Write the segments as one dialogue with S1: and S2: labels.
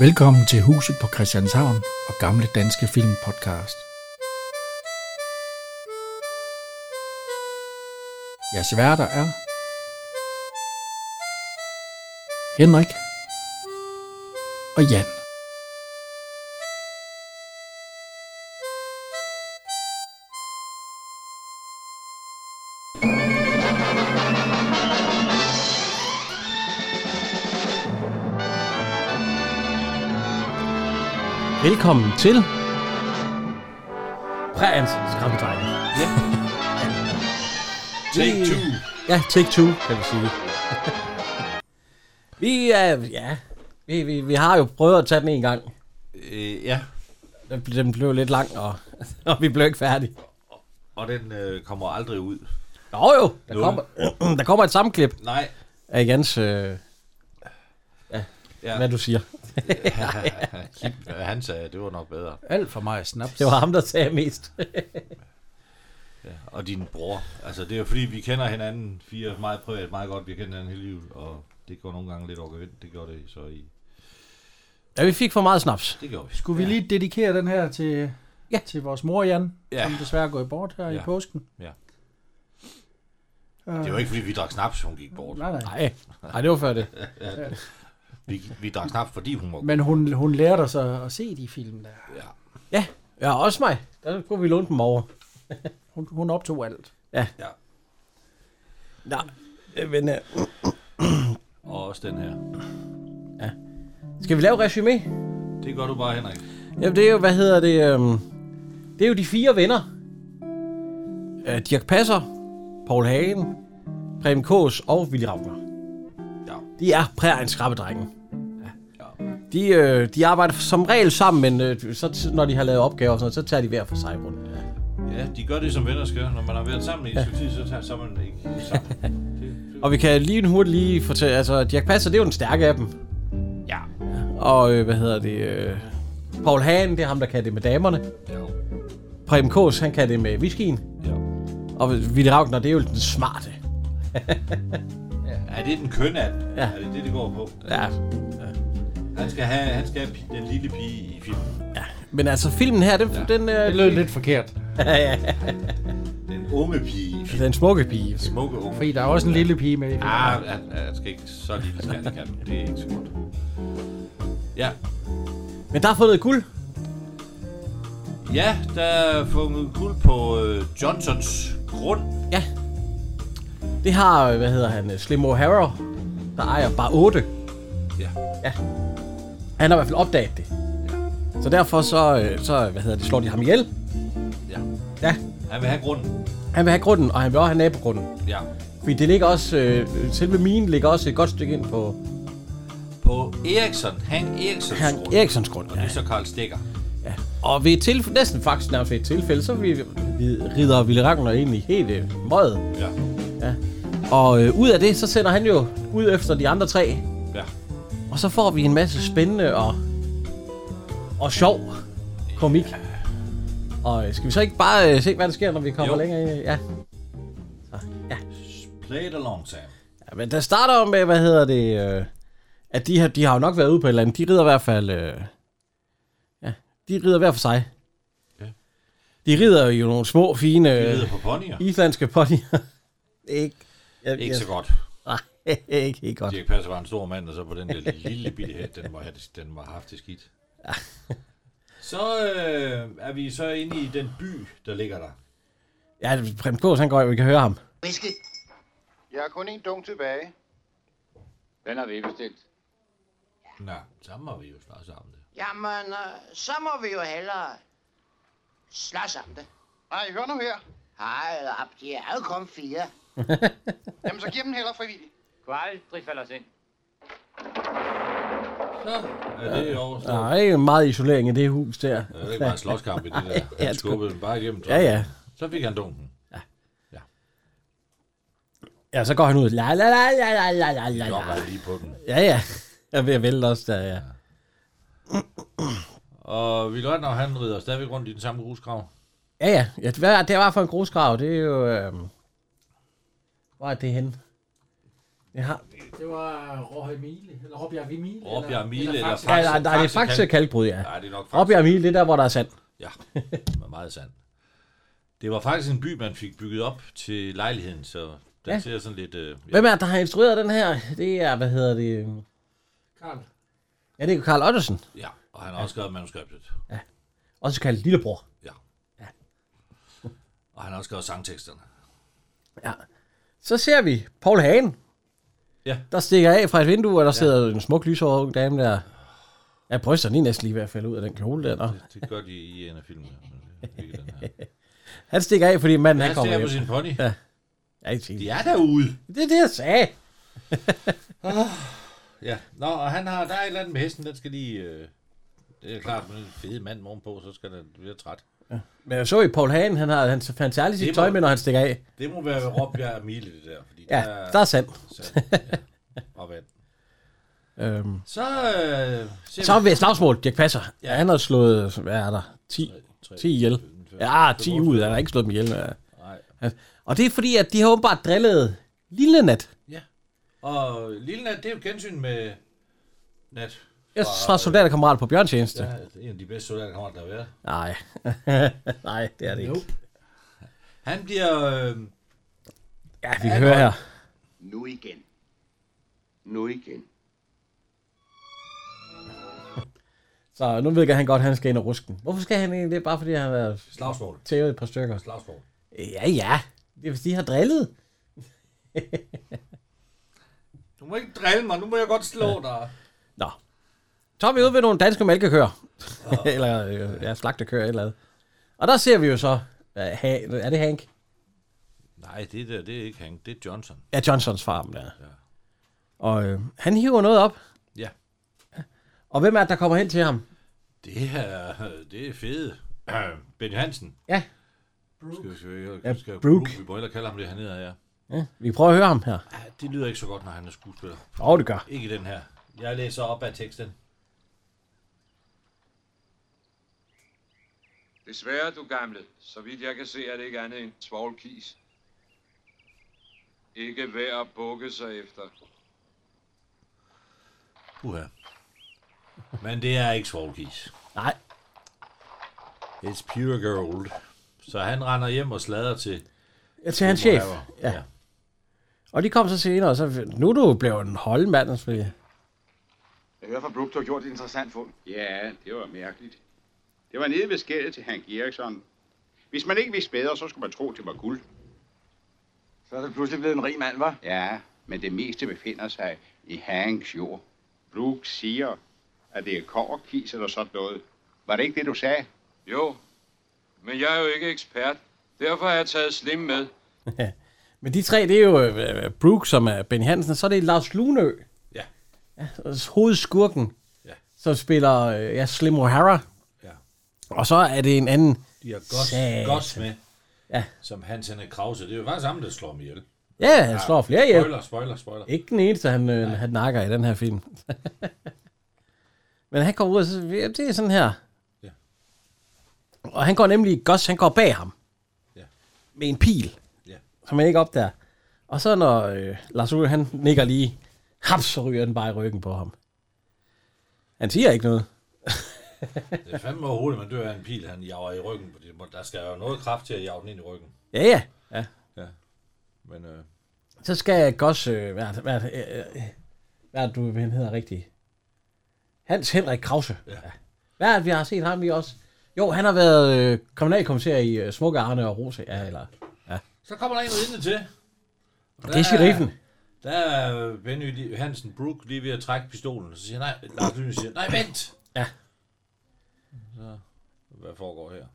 S1: Velkommen til Huset på Christianshavn og Gamle Danske Film Podcast. Jeres værter er Henrik og Jan.
S2: Velkommen til Præans skræmmedrejning.
S3: Take two.
S2: Ja, take two, kan vi sige. vi er, ja, vi, vi, vi har jo prøvet at tage den en gang.
S3: Øh, ja,
S2: Den, ble- den blev lidt lang, og, og vi blev ikke færdige.
S3: og den øh, kommer aldrig ud.
S2: Jo jo, der
S3: Nul.
S2: kommer, der kommer et sammenklip
S3: Nej.
S2: af Jans, øh,
S3: Ja.
S2: hvad du siger.
S3: ja, han sagde, at det var nok bedre.
S1: Alt for meget snaps.
S2: Det var ham, der sagde mest.
S3: Og din bror. Altså, det er jo fordi, vi kender hinanden fire meget privat, meget godt. Vi kender hinanden hele livet, og det går nogle gange lidt over gevind. Det gjorde det så i...
S2: ja, vi fik for meget snaps.
S3: Det gjorde vi.
S1: Skulle vi lige dedikere den her til,
S2: Ja.
S1: til vores mor, Jan,
S3: Ja.
S1: som desværre er gået bort her i
S3: Ja.
S1: påsken?
S3: Ja. Det var ikke fordi, vi drak snaps, hun gik bort.
S1: Nej, nej.
S2: Nej, nej, det var før det.
S3: Vi, vi drak snaps, fordi hun var...
S1: Men hun, hun lærte os at, at se de film der.
S3: Ja.
S2: Ja, ja også mig. Der kunne vi låne dem over.
S1: Hun, hun optog alt.
S3: ja.
S2: Nej, men øh,
S3: Og også den her.
S2: skal vi lave resume?
S3: Det gør du bare, Henrik.
S2: Jamen, det er jo, hvad hedder det? Øhm, det er jo de fire venner. Øh, Dirk Passer, Paul Hagen, Preben Kås og Willy Ravner.
S3: Ja.
S2: De er prærens skrabbedrenge.
S3: Ja.
S2: De, øh, de arbejder som regel sammen, men øh, så, t- når de har lavet opgaver, og sådan noget, så tager de hver for sig rundt.
S3: ja, de gør det, som venner skal. Når man har været sammen i et stykke tid, så tager så er man ikke sammen. Det, det,
S2: Og vi kan lige hurtigt lige fortælle, altså Dirk Passer, det er jo den stærke af dem.
S3: ja.
S2: Og øh, hvad hedder det? Øh, Paul Hagen, det er ham, der kan det med damerne.
S3: Ja.
S2: Preben Kås, han kan det med whiskyen.
S3: Ja.
S2: Og Willy Ravner, det er jo den smarte.
S3: Er det den køn af den?
S2: Ja.
S3: Er det det, det går på?
S2: Ja,
S3: Han skal have, han skal have pi- den lille pige i filmen.
S2: Men altså, filmen her, den, ja. den, øh,
S1: Det lød lidt forkert,
S3: Den unge pige i filmen.
S2: den smukke pige.
S3: Smukke unge.
S1: fordi der er også en lille pige med i filmen.
S3: Ah, han, han skal ikke så lille skal han kan. Det er ikke så godt. Ja.
S2: Men der har fundet guld.
S3: Ja, der er fundet guld på øh, Johnsons grund.
S2: Ja. Det har, øh, hvad hedder han, øh, Slim O'Hara, der ejer bare 8.
S3: Ja.
S2: Han har i hvert fald opdaget det. Så derfor så, øh, så hvad hedder det, slår de ham ihjel.
S3: ja.
S2: Ja.
S3: Han vil have grunden.
S2: Han vil have grunden, og han vil også have nabogrunden.
S3: Ja.
S2: Fordi det ligger også, øh, selve minen ligger også et godt stykke ind på
S3: På Eriksson, han Eriksons
S2: Herr
S3: grund.
S2: Eriksons grund.
S3: Og det
S2: Ja.
S3: er så Karl Stikker.
S2: ja. Og ved et tilfælde, næsten faktisk nærmest ved et tilfælde, så vi, vi rider Ville Ragnar egentlig helt øh, møget.
S3: Ja.
S2: Og øh, ud af det, så sender han jo ud efter de andre tre.
S3: Ja.
S2: Og så får vi en masse spændende og, og sjov komik. Og øh, skal vi så ikke bare øh, se, hvad der sker, når vi kommer
S3: Jo.
S2: længere ind? i- Ja.
S3: Play it along, Sam.
S2: ja, men der starter jo med, hvad hedder det, øh, at de har, de har jo nok været ude på et eller andet. De rider i hvert fald, øh, ja, de rider hver for sig.
S3: Ja.
S2: De rider jo nogle små, fine
S3: Vi
S2: øh,
S3: rider på ponyer.
S2: islandske ponyer. ikke, jeg,
S3: Ikke så godt.
S2: Nej, ikke helt godt.
S3: Dirk Passer var en stor mand, og så på den der lille bitte hat, den var, den var haft det skidt. Så øh, er vi så inde i den by, der ligger der.
S2: Ja, Prem Kås, han går jo, vi kan høre ham.
S4: Whisky.
S5: Jeg har kun en dunk tilbage.
S6: Den har vi bestilt.
S3: Nå, sammen var vi jo snart sammen. Det.
S4: Jamen, øh, så må vi jo hellere slås om det.
S5: Nej, hør nu her.
S4: Ej, op, de er jo kun fire.
S5: Jamen, så giv dem heller frivilligt.
S6: Kunne aldrig falde os ind.
S3: Så er det overstået.
S2: Der er ikke meget isolering i det hus der.
S3: Det er ikke bare en slåskamp i det der.
S2: Ja,
S3: Han skubbede den bare igennem.
S2: Ja, ja.
S3: Så fik han dunken.
S2: Ja, så går han ud. La, la, la, la, la, la, la, la,
S3: Jeg
S2: la.
S3: var lige på den.
S2: Ja, ja. Jeg er ved at vælte også der, ja.
S3: Og vi når han rider stadigvæk rundt i den samme grusgrav.
S2: Ja, ja. ja hvad er det var for en grusgrav? Det er jo... Øhm... Hvor er det henne? Jeg har,
S7: Det
S1: øh,
S7: var Råhøj Mile, eller Råbjerg Mile.
S3: Råbjerg Mile eller Faxe.
S7: Faxe.
S2: nej, nej, nej, det er
S3: Faxe
S2: faktisk
S3: Kalk-
S2: kalkbrud, ja.
S3: Nej, det er nok faktisk.
S2: Op i Amil, det er der, hvor der er sand.
S3: Ja, det var meget sandt. Det var faktisk en by, man fik bygget op til lejligheden, så den
S2: Ja.
S3: ja. ser sådan lidt... Øh, ja.
S2: Hvem er det, der har instrueret den her? Det er, hvad hedder det? øhm,
S7: Karl.
S2: Ja, det er Karl Ottesen,
S3: ja, og han har også skrevet manuskriptet.
S2: også kaldt Lillebror.
S3: Og han har også skrevet sangteksterne.
S2: Så ser vi Paul Hagen.
S3: Ja.
S2: Der stikker af fra et vindue, og der sidder en smuk lyshåret dame der. Ja, brysterne lige næsten lige ved at falde ud af den kjole der. Nå.
S3: Det, det gør de i en af filmene. men det er ikke den her.
S2: Han stikker af, fordi manden han
S3: Han
S2: kommer
S3: stiger
S2: hjem.
S3: på sin pony.
S2: Ja. Ja, det,
S3: De
S2: er
S3: er derude.
S2: det er det, jeg sagde.
S3: Ja. Nå, og han har, der er et eller andet med hesten, den skal lige... Øh, det er klart, med en fed mand morgenpå, så skal den blive træt.
S2: Men jeg så i Paul Hagen, han har han, han tager aldrig
S3: Det
S2: sit
S3: må-
S2: tøj med, når han stikker af.
S3: Det må være ved Råbjerg og Mille, det der. Fordi
S2: Ja,
S3: der,
S2: der er sandt.
S3: sand, ja, og vand.
S2: Øhm.
S3: Så øh, ser
S2: Så er vi slagsmål, Dirk Passer. Ja, han har slået, hvad er der, 10, 10 ihjel. Ja, 10 ud, han har ikke slået dem ihjel. ja.
S3: Nej.
S2: Og det er fordi, at de har åbenbart drillet lille nat
S3: Og Lille Nat, det er jo gensyn med Nat.
S2: Jeg fra soldaterkammerat på bjørntjeneste.
S3: Ja, det er en af de bedste soldaterkammerater, der har været.
S2: Nej. Nej, det er det ikke.
S3: Han bliver... Øh,
S2: Ja, vi kan høre her.
S4: Nu igen. Nu igen.
S2: Så nu ved han godt, at han skal ind og ruske den. Hvorfor skal han egentlig det? Bare fordi han har
S3: slagsmål.
S2: tævet et par stykker.
S3: Slagsmål.
S2: Ja, ja. Det er fordi, de har drillet.
S3: Du må ikke drille mig, nu må jeg godt slå dig.
S2: Nå. Så er vi ude ved nogle danske mælkekøer. eller øh, ja, slagtekøer eller andet. Og der ser vi jo så, øh, ha- er det Hank?
S3: Nej, det der, det er ikke Hank, det er Johnson.
S2: Ja, Johnsons farm der. Ja.
S3: Ja.
S2: Og øh, han hiver noget op.
S3: Ja.
S2: Og hvem er det, der kommer hen til ham?
S3: Det er, øh, det er fede. Øh, Benny Hansen.
S2: Ja.
S3: Skal, vi- skal, vi-
S2: Ja,
S3: skal, skal,
S2: Brooke.
S3: Vi må hellere kalde ham det hernede, ja.
S2: Ja, vi prøver at høre ham her.
S3: Ah, Det lyder ikke så godt, når han er skuespiller.
S2: Åh, oh, det gør.
S3: Ikke i den her. Jeg læser op af teksten.
S8: Desværre, du gamle, så vidt jeg kan se, er det ikke andet end svoglkis. Ikke værd at bukke sig efter.
S3: Uha. Men det er ikke svovlkis.
S2: Nej.
S3: It's pure gold. Så han render hjem og slader til...
S2: Ja, til hans chef.
S3: whatever.
S2: Ja. Og de kom så senere, og så... Nu er du blevet en holdmand, selvfølgelig.
S5: Jeg hører fra Brooke, du har gjort et interessant fund.
S9: Ja, det var mærkeligt. Det var nede ved skældet til Hank Eriksson. Hvis man ikke vidste bedre, så skulle man tro, det var guld.
S5: Så er du pludselig blevet en rig mand, var?
S9: Ja, men det meste befinder sig i Hanks jord. Brooke siger, at det er kårkis eller sådan noget. Var det ikke det, du sagde?
S8: Jo, men jeg er jo ikke ekspert. Derfor har jeg taget slim med.
S2: Men de tre, det er jo øh, øh, Brooke, som er Benny Hansen, og så er det Lars Lunø.
S3: Ja.
S2: ja hovedskurken.
S3: Ja.
S2: Som spiller øh, ja, Slim O'Hara.
S3: Ja.
S2: Og så er det en anden...
S3: De har godt,
S2: Satan.
S3: godt med.
S2: Ja.
S3: Som Hans Henrik Krause. Det er jo faktisk ham, der slår mig ihjel.
S2: Ja, han slår flere ihjel.
S3: Spoiler, spoiler, spoiler.
S2: Ikke den eneste, han, øh, han nakker i den her film. Men han kommer ud, og så, ja, det er sådan her.
S3: Ja.
S2: Og han går nemlig, Goss, han går bag ham.
S3: Ja.
S2: Med en pil.
S3: Ja.
S2: Som han ikke opdager. Og så når øh, Lars Ulrik, han nikker lige, haps, så ryger den bare i ryggen på ham. Han siger ikke noget.
S3: Det er fandme overhovedet, man dør af en pil, han jager i ryggen. Fordi der skal jo noget kraft til at jage den ind i ryggen.
S2: Ja, ja. ja.
S3: Men øh,
S2: Så skal Goss, øh, hvad, er det- hvad, er det, øh, øh, hvad er det, du, han hedder rigtigt? Hans Henrik Krause. Ja. Hvad er det, vi har set ham i også? Jo, han har været øh, kommunalkommissær i øh, Smukke Arne og Rose. Ja, eller,
S3: så kommer der en ridende til. Og
S2: det er sheriffen.
S3: Der er Benny lige- Hansen Brook lige ved at trække pistolen. Så siger han, nej, Lars Lyne siger, nej, vent!
S2: Ja.
S3: Så, hvad foregår her?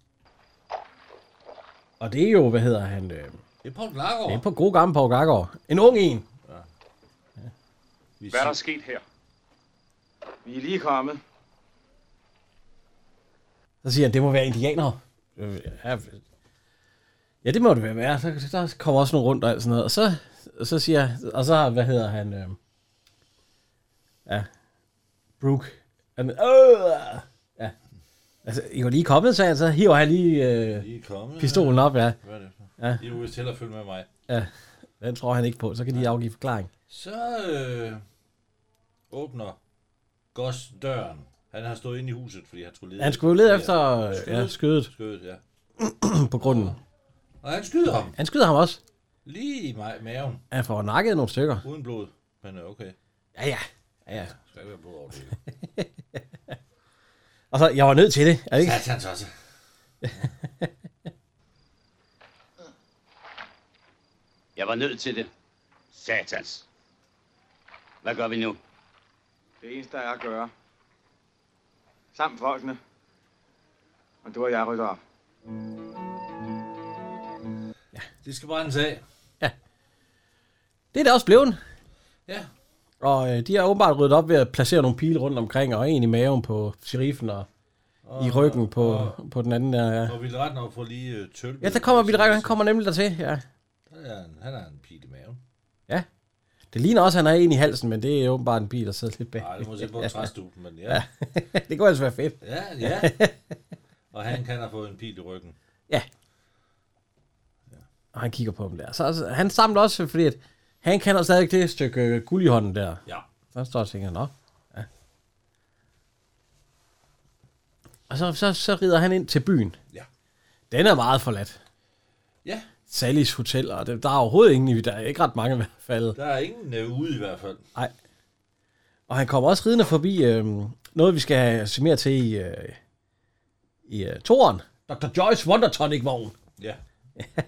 S2: Og det er jo, hvad hedder han? Øh,
S3: Det er Paul Klargaard.
S2: det er på god gammel Paul Gaggaard. En ung en.
S3: Vi
S5: Hvad er
S3: siger-
S5: der sket her? Vi er lige kommet.
S2: Så siger han, det må være indianere. Øh, ja, Ja, det må det være. Ja, Så, så der kommer også nogle rundt og alt sådan noget. Og så, så siger og så, hvad hedder han? Øh, ja, Brooke. Han, øh, ja. Altså, I var lige kommet, sagde han, så hiver han lige øh,
S3: I er kommet.
S2: pistolen op, ja.
S3: Hvad er det for?
S2: Ja.
S3: Ja. I er jo vist hellere følge med mig.
S2: Den tror han ikke på, så kan de afgive forklaring.
S3: Så øh, åbner Goss døren. Han har stået inde i huset, fordi han skulle lede.
S2: Han skulle jo lede
S3: Ja.
S2: efter øh, ja, skødet
S3: Skødet, ja.
S2: på grunden.
S3: Og han skyder ham
S2: Han skyder ham også.
S3: lige i ma- maven,
S2: Han får nakket nogle stykker.
S3: uden blod. Men øh, okay,
S2: Ja, ja. ja, ja.
S3: der skal ikke være blod over det.
S2: Og så, jeg var nødt til det, er det ikke?
S3: Satan tosse.
S9: Jeg var nødt til det. Satans. Hvad gør vi nu?
S5: Det eneste, der er at gøre. Sammen folkene. Og du og jeg rykker op.
S3: Det skal brændes af.
S2: Det er det også blevet.
S3: Ja.
S2: Og øh, de har åbenbart ryddet op ved at placere nogle pile rundt omkring, og en i maven på sheriffen, og i ryggen på, på den anden der. Ja.
S3: Og vi retten op for lige øh, tølpe.
S2: Ja, der kommer vi han kommer nemlig dertil, ja.
S3: Han er en, han er en pil i maven.
S2: Det ligner også, at han har en i halsen, men det er åbenbart en bil, der sidder lidt bag.
S3: Nej, det må se på træstuben, men ja.
S2: det kunne altså være fedt.
S3: Ja, ja. Og han kan have fået en pil i ryggen.
S2: Og han kigger på dem der. Så altså, han samler også, fordi at han kan også stadig det stykke øh, guld i hånden der.
S3: Ja.
S2: Så han står og tænker, nå. Ja. Og så, så, så rider han ind til byen.
S3: Ja.
S2: Den er meget forladt.
S3: Ja.
S2: Sallys Hotel, og det, der er overhovedet ingen, i- der er ikke ret mange i hvert fald.
S3: Der er ingen øh, ude i hvert fald.
S2: Og han kommer også ridende forbi øh, noget, vi skal have se mere til i, øh, i øh, toren. Dr. Joyce Wonder Tonic vogn.
S3: Ja.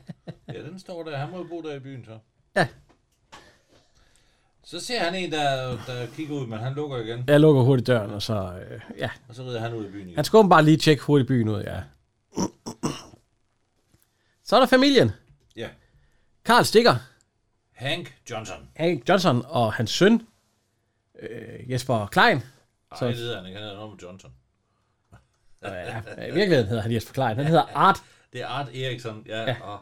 S3: Ja, den står der. Han må jo bo der i byen så.
S2: Ja.
S3: Så ser han en, der, der kigger ud, men han lukker igen.
S2: Jeg lukker hurtigt døren, og så... Øh, ja.
S3: Og så rider han ud i byen igen.
S2: Han skulle bare lige tjekke hurtigt byen ud, ja. Så er der familien.
S3: Ja.
S2: Karl Stikker,
S3: Hank Johnson.
S2: Hank Johnson og hans søn, øh, Jesper Klein.
S3: Ej,
S2: Så-
S3: det hedder han ikke. Han hedder noget med Johnson.
S2: Øh, Ja, I virkeligheden hedder han Jesper Klein. Han hedder Art.
S3: Det er Art Eriksson, ja, ja. og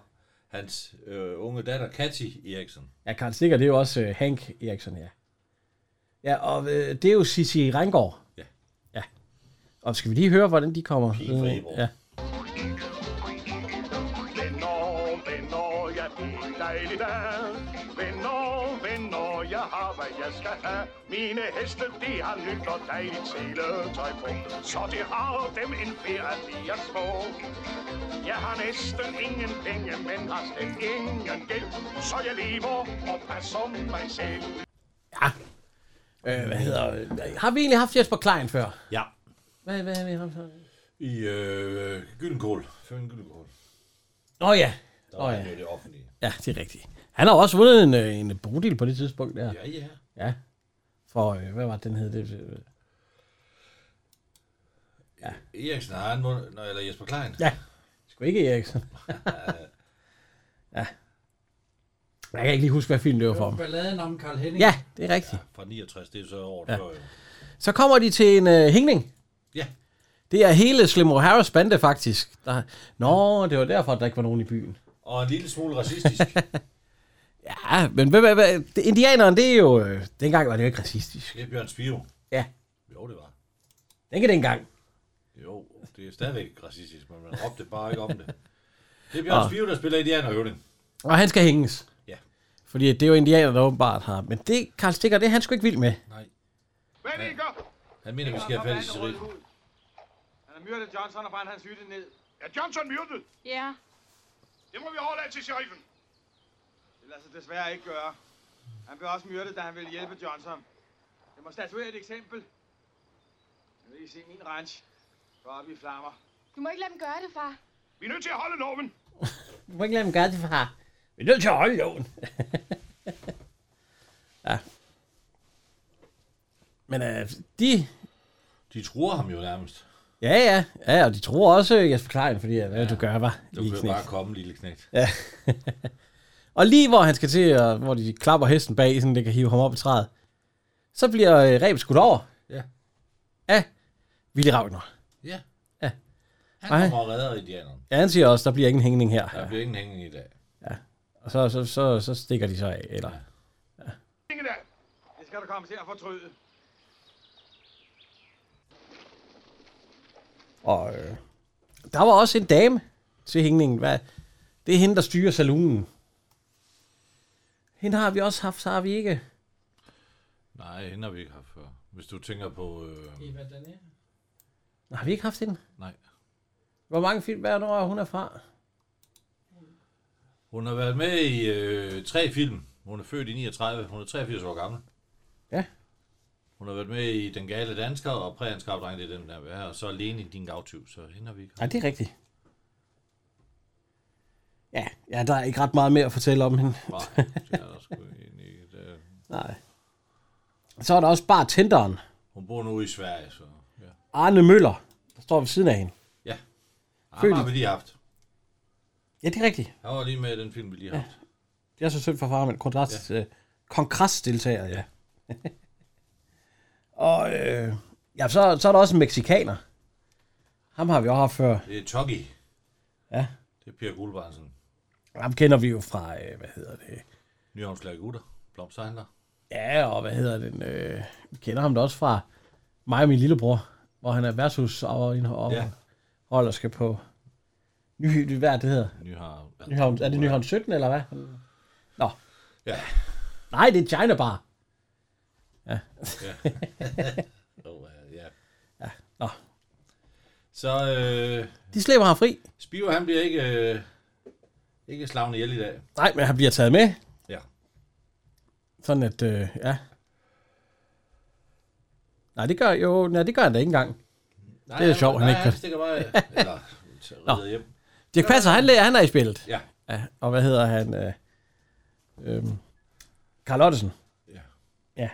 S3: hans øh, unge datter, Katty Eriksson.
S2: Ja, Karl Stikker, det er jo også øh, Hank Eriksen, ja. Ja, og øh, det er jo Cici Rengård.
S3: Ja.
S2: Ja. Og skal vi lige høre, hvordan de kommer?
S3: Pige fra Eborg.
S2: ja. Øh, hvad hedder... øh, Har vi egentlig haft Jesper Klein før?
S3: Ja.
S2: Hvad, hvad har vi haft?
S3: I øh, Gyldenkål. Før en Gyldenkål.
S2: Nå ja.
S3: Der
S2: Åh,
S3: var
S2: ja.
S3: han jo i det offentlige.
S2: Ja, det er rigtigt. Han har også vundet en, øh, en bodil på det tidspunkt der. Ja.
S3: Ja, ja.
S2: ja. For, øh, hvad var det, den hed? Det, øh,
S3: Eriksen har han vundet, nå, eller Jesper Klein.
S2: Ja. sgu ikke Eriksen. ja. Jeg kan ikke lige huske, hvad film det var for ham.
S7: Balladen om Karl Henning.
S2: Ja, det er rigtigt.
S3: Fra 69, det er så året
S2: Ja.
S3: ja. før. jo.
S2: Så kommer de til en øh, hængning.
S3: Ja.
S2: Det er hele Slim O'Haras bande, faktisk. Der... Nå, det var derfor, at der ikke var nogen i byen.
S3: Og en lille smule racistisk.
S2: Ja, men hvad, hvad, hvad? det- indianeren, det er jo... Øh, dengang var det jo ikke racistisk.
S3: det er Bjørn Spiro.
S2: Ja.
S3: Jo, det var.
S2: Den kan dengang.
S3: Jo, det er stadigvæk ikke racistisk, men man råbte bare ikke om det. Det er Bjørn Spiro, der spiller Indiana Høvding.
S2: Og han skal hænges.
S3: Ja.
S2: Fordi det er jo indianer, der åbenbart har. Men det, Karl Stikker, det er han sgu ikke vild med.
S5: Hvad det gør?
S3: Han mener, vi skal have fat i Serif.
S5: Han har myrdet Johnson og brændt hans hytte ned.
S8: Er Johnson myrdet?
S10: Ja,
S8: Det må vi overlade til sheriffen.
S5: Det lader sig altså desværre ikke gøre. Han blev også myrdet, da han ville hjælpe Johnson. Jeg må statuere et eksempel. Jeg vil I se min ranch. Gå op i flammer.
S10: du må ikke lade dem gøre det, far.
S8: Vi er nødt til at holde loven.
S2: Du må ikke lade dem gøre det, far. Vi er nødt til at holde loven. ja. Men øh, de
S3: De truer ham jo nærmest.
S2: Ja, ja. Ja, og de tror også øh, Jesper Klein, fordi at, hvad ja. du gør, var
S3: Du
S2: lige
S3: kan
S2: knægt.
S3: bare komme, lille knægt.
S2: Ja. og lige hvor han skal til, og hvor de klapper hesten bag, sådan det kan hive ham op i træet, så bliver øh, Reb skudt over.
S3: Ja.
S2: Af Willy Ragnar.
S3: Ja.
S2: Ja.
S3: Han
S2: Ej.
S3: kommer og redder indianeren.
S2: Ja, han siger også, der bliver ingen hængning her.
S3: Der
S2: Ja.
S3: bliver ingen hængende i dag.
S2: Og så, så, så, så stikker de så af, eller...
S8: Ingen af.
S5: Det skal du komme til at fortryde.
S2: Og øh, der var også en dame til hængningen. Hvad? Det er hende, der styrer saloonen. Hende har vi også haft, så har vi ikke.
S3: Nej, hende har vi ikke haft før. Hvis du tænker på... Øh,
S7: Eva Daniel.
S2: Nå, Har vi ikke haft hende?
S3: Nej.
S2: Hvor mange film hver år er hun er fra?
S3: hun har været med i øh, tre film. Hun er født i 39. Hun er 83 år gammel.
S2: Ja.
S3: Hun har været med i Den Gale Dansker og Prægens Gavdreng, det er den der vi er, og så alene i din gavtyv, så hende har vi ikke.
S2: Ja, det er rigtigt. Ja, ja, der er ikke ret meget mere at fortælle om hende.
S3: Nej, det er der sgu egentlig ikke. Det er-
S2: Nej. Så er der også bare tænderen.
S3: Hun bor nu i Sverige, så... Ja.
S2: Arne Møller, der står ved siden af hende.
S3: ja. Ham
S2: Følt-
S3: har vi lige haft.
S2: Ja, det er rigtigt.
S3: Han var lige med i den film, vi lige har haft.
S2: Det er så synd for far, men kontrast, ja. øh, kongressdeltager, ja. og øh, ja, så, så er der også en mexikaner. Ham har vi også haft før.
S3: Det er Togi.
S2: Ja.
S3: Det er Per Guldbrandsen.
S2: Ham kender vi jo fra, øh, hvad hedder det?
S3: Nyhavnslærer gutter. Blomsterhandler.
S2: Ja, og hvad hedder den? Øh, vi kender ham da også fra mig og min lillebror, hvor han er værtshus og
S3: Ja.
S2: holder skal på Ny, hvad er det hedder?
S3: Nyhavn.
S2: Nyhavn, er det Nyhavn 17, eller hvad? Nå.
S3: Ja.
S2: Nej, det er China Bar. Ja.
S3: Ja. oh, ja.
S2: ja. Nå.
S3: Så øh,
S2: De slipper ham fri.
S3: Spiver, han bliver ikke, øh, ikke slagende ihjel i dag.
S2: Nej, men han bliver taget med.
S3: Ja.
S2: Sådan at, øh, ja. Nej, det gør, jo, nej, det gør han da ikke engang. Nej, det er sjovt, han
S3: nej,
S2: ikke
S3: han
S2: kan.
S3: stikker bare eller,
S2: Nå.
S3: rider hjem.
S2: Dirk Passer, han, lærer, han er i spillet.
S3: Ja.
S2: ja. Og hvad hedder han? Øh, øh, Carl Ottesen.
S3: Ja.
S2: Ja.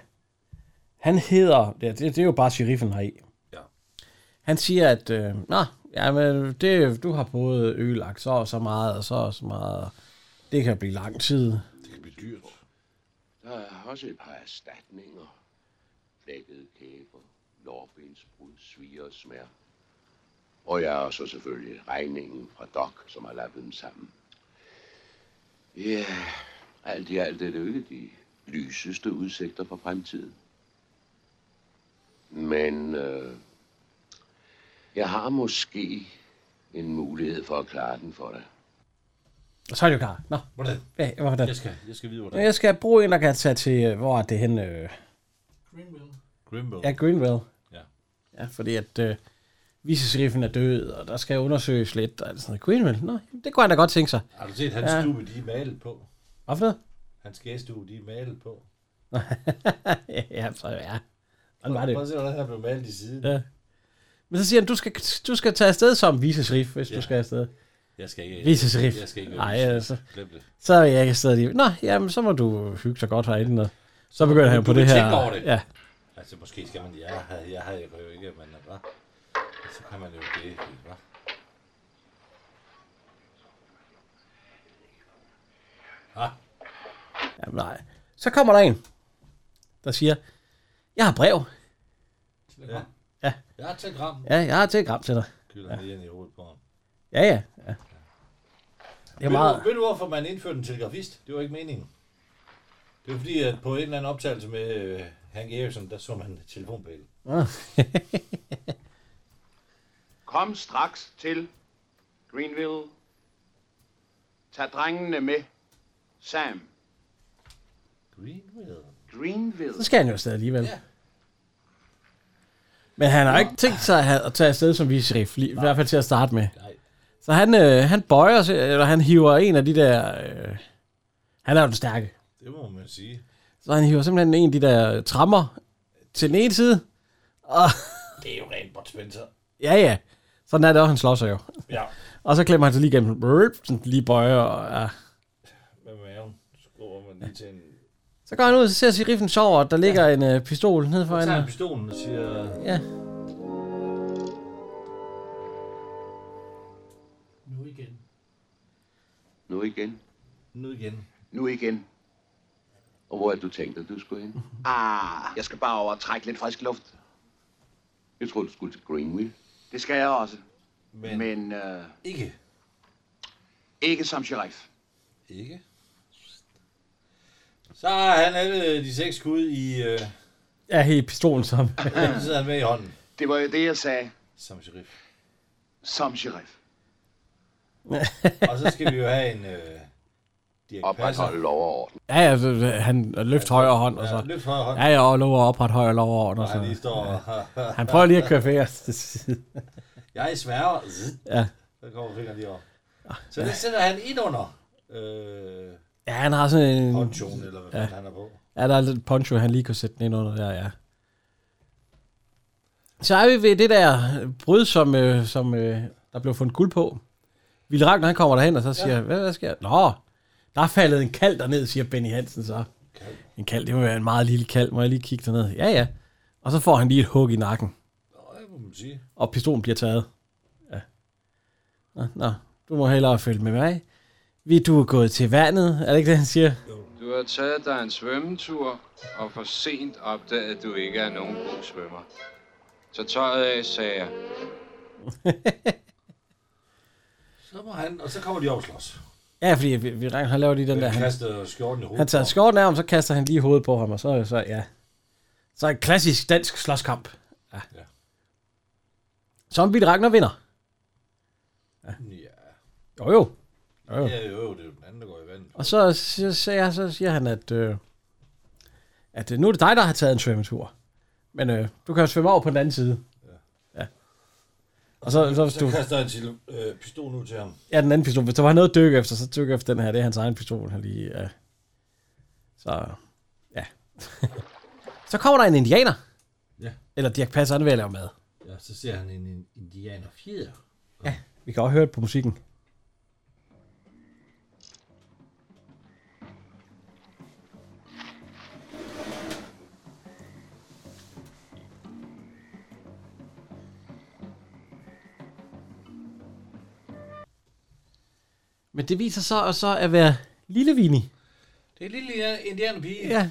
S2: Han hedder, ja, det, det er jo bare sheriffen heri.
S3: Ja.
S2: Han siger, at, øh, nå, ja, men det, du har både øgelagt så og så meget, og så og så meget. Det kan blive lang tid.
S3: Det kan blive dyrt.
S11: Der er også et par erstatninger. Flækkede kæber, lårbensbrud, sviger og smær. Og jeg har så selvfølgelig regningen fra Doc, som har lappet dem sammen. Ja, alt i alt er det jo ikke de lyseste udsigter for fremtiden. Men øh, jeg har måske en mulighed for at klare den for dig.
S2: Og så er det jo klar. Nå,
S3: hvordan?
S2: Ja, hvordan?
S3: Jeg skal, jeg skal vide, hvordan.
S2: Ja, Jeg skal bruge en, der kan tage til, øh, hvor er det henne? Øh,
S7: Greenville.
S3: Grimble.
S2: ja, Greenville.
S3: Ja.
S2: Ja, fordi at øh, vicesheriffen er død, og der skal undersøges lidt, og alt sådan noget. Greenville, nå, det kunne han da godt tænke sig.
S3: Har du set hans ja. stue, de er malet på?
S2: Hvad for noget?
S3: Hans gæstue, de er malet på.
S2: ja, så ja. Sådan var
S3: Prøv at
S2: det.
S3: se, hvordan han blev malet i siden.
S2: Ja. Men så siger han, du skal, du skal tage afsted som vicesheriff, hvis ja. du skal afsted.
S3: Jeg skal ikke-
S2: Vicesheriff.
S3: jeg skal ikke være
S2: Nej,
S3: vicesheriff.
S2: altså.
S3: Glem det.
S2: Så er jeg ikke afsted lige. Nå, jamen, så må du hygge dig godt herinde. Og så begynder han jo
S3: Du
S2: på
S3: vil
S2: det her.
S3: tænke over det.
S2: Ja.
S3: Altså, måske skal man... Jeg havde, jeg havde jo ikke, men hva? Så kan man jo det, hva?
S2: Jamen, nej. Så kommer der en, der siger, jeg har brev.
S3: Ja.
S2: Ja.
S3: Jeg har telegram.
S2: Ja, jeg har et telegram til dig.
S3: Kylder han lige ind i hovedet på ham.
S2: Ja, ja. ja. Det er
S3: Ved du-
S2: meget...
S3: Ved du, hvorfor man indførte en telegrafist? Det var ikke meningen. Det var fordi, at på en eller anden optagelse med øh, Hank Eriksson, der så man telefonbækken.
S2: Ah.
S5: Kom straks til Greenville. Tag drengene med. Sam.
S3: Greenville?
S5: Greenville.
S2: Så skal han jo afsted alligevel. Ja. Men han har ikke tænkt sig at have- at tage afsted som vicerif, i hvert fald til at starte med.
S3: Nej.
S2: Så han, øh, han bøjer sig, eller han hiver en af de der... Øh, han er jo den stærke.
S3: Det må man sige.
S2: Så han hiver simpelthen en af de der trammer til den ene side, og...
S3: Det er jo rent Bart Spencer.
S2: Ja, ja. Sådan er det også, han slår sig jo.
S3: Ja.
S2: Og så klemmer han sig lige igennem, Brrrr, sådan lige bøjer, og ja.
S3: Med maven skruer man lige til en...
S2: Så går han ud, og så ser sheriffen sover, og der ligger en øh, pistol nede
S3: Så
S2: foran.
S3: tager han
S2: ham.
S3: pistolen og siger...
S2: Ja.
S7: Nu igen.
S11: Nu igen.
S3: Nu igen.
S11: Nu igen. Og hvor er det, du tænkt dig, du skulle hen?
S5: Ah, jeg skal bare over og trække lidt frisk luft.
S11: Jeg tror, du skulle til Greenville.
S5: Det skal jeg også.
S3: Men,
S5: Men øh,
S3: ikke.
S5: ikke som sheriff.
S3: Ikke? Så har han alle de seks skud i... Øh,
S2: Ja, helt pistolen som.
S3: så sidder han med i hånden.
S5: Det var jo det, jeg sagde.
S3: Som sheriff.
S5: Som sheriff.
S3: Og så skal vi jo have en... Øh,
S11: opretholde lov og orden.
S2: Ja, ja, så- så han løft højre hånd, og så...
S11: Ja, løft højre hånd.
S2: Ja, ja, og lover at oprette højre lov og orden, og
S11: Og
S2: så...
S11: han lige står og-
S2: ja. Han prøver lige at køre fingre til side.
S3: Jeg sværger.
S2: Ja. Ah,
S3: Så kommer fingeren lige over. Så det sætter han ind under. Øh,
S2: Ja, han har sådan en...
S3: Ponchoen, eller hvad fanden han har på.
S2: Mm. Ja, der er lidt poncho, han lige kunne sætte den ind under der, ja. Så er vi ved det der bryd, som, øh, som øh, der blev fundet guld på. Ville Ragnar, han kommer derhen, og så siger, ja. hvad, hvad sker der? Nå, der er faldet en kald derned, siger Benny Hansen så. En kald, det må være en meget lille kald, må jeg lige kigge derned? Ja, ja. Og så får han lige et hug i nakken,
S3: Hvad må man sige?
S2: og pistolen bliver taget. Ja. Nå, nå du må hellere følge med mig. Vi, du er gået til vandet, er det ikke det, han siger?
S8: Du har taget dig en svømmetur og for sent opdaget, at du ikke er nogen god svømmer. Så tøjet af, sagde jeg.
S3: Så må han, og så kommer de over og slås.
S2: Ja, fordi vi, vi han laver lige den
S3: Han
S2: der... Han,
S3: kaster skjorten i hovedet
S2: han tager
S3: på
S2: skjorten af ham, så kaster han lige hovedet på ham, og så, så ja. Så en klassisk dansk slåskamp. Ja. ja. Som Bill Ragnar vinder.
S3: Ja.
S2: Jo jo. jo, jo.
S3: Ja, jo, jo, det er jo den anden, der går i vandet.
S2: Og så siger, siger, jeg- så siger han, at, øh, at øh, nu er det dig, der har taget en svømmetur. Men øh, du kan jo svømme over på den anden side. Ja. Og så, så, hvis
S3: så
S2: du...
S3: kaster han sin øh, pistol ud til ham.
S2: Ja, den anden pistol. Hvis der var noget at dykke efter, så dykker efter den her. Det er hans egen pistol, han lige... Øh. Så, ja. så kommer der en indianer.
S3: Ja.
S2: Eller Dirk Passer, han vil lave mad.
S3: Ja, så ser han en, en indianer fjeder.
S2: Vi kan også høre det på musikken. Men det viser sig og så at være Lille Vini,
S3: Det er en lille indianerpige.
S2: Ja.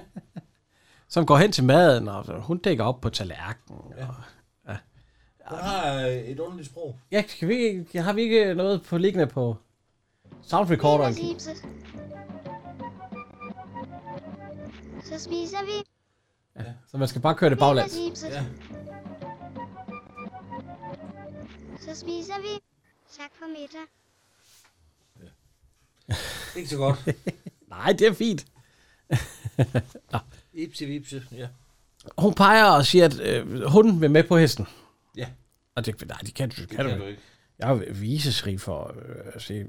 S2: som går hen til maden, og hun dækker op på tallerkenen. Ja. Og, ja.
S3: Hun har øh, et underligt sprog.
S2: Ja, kan vi ikke, har vi ikke noget på liggende på sound recorderen?
S10: Så spiser vi.
S2: Så man skal bare køre det baglæns.
S10: Leverpipset. Så spiser vi. Tak for middag.
S3: Ikke så godt.
S2: Nej, det er fint. Nå.
S3: Ipse vipse, ja.
S2: hun peger og siger, at øh, hunden vil med på hesten.
S3: Ja.
S2: Og det, nej, det kan, det kan,
S3: kan
S2: du
S3: du
S2: ikke. Jeg er jo visesrig for øh, at se...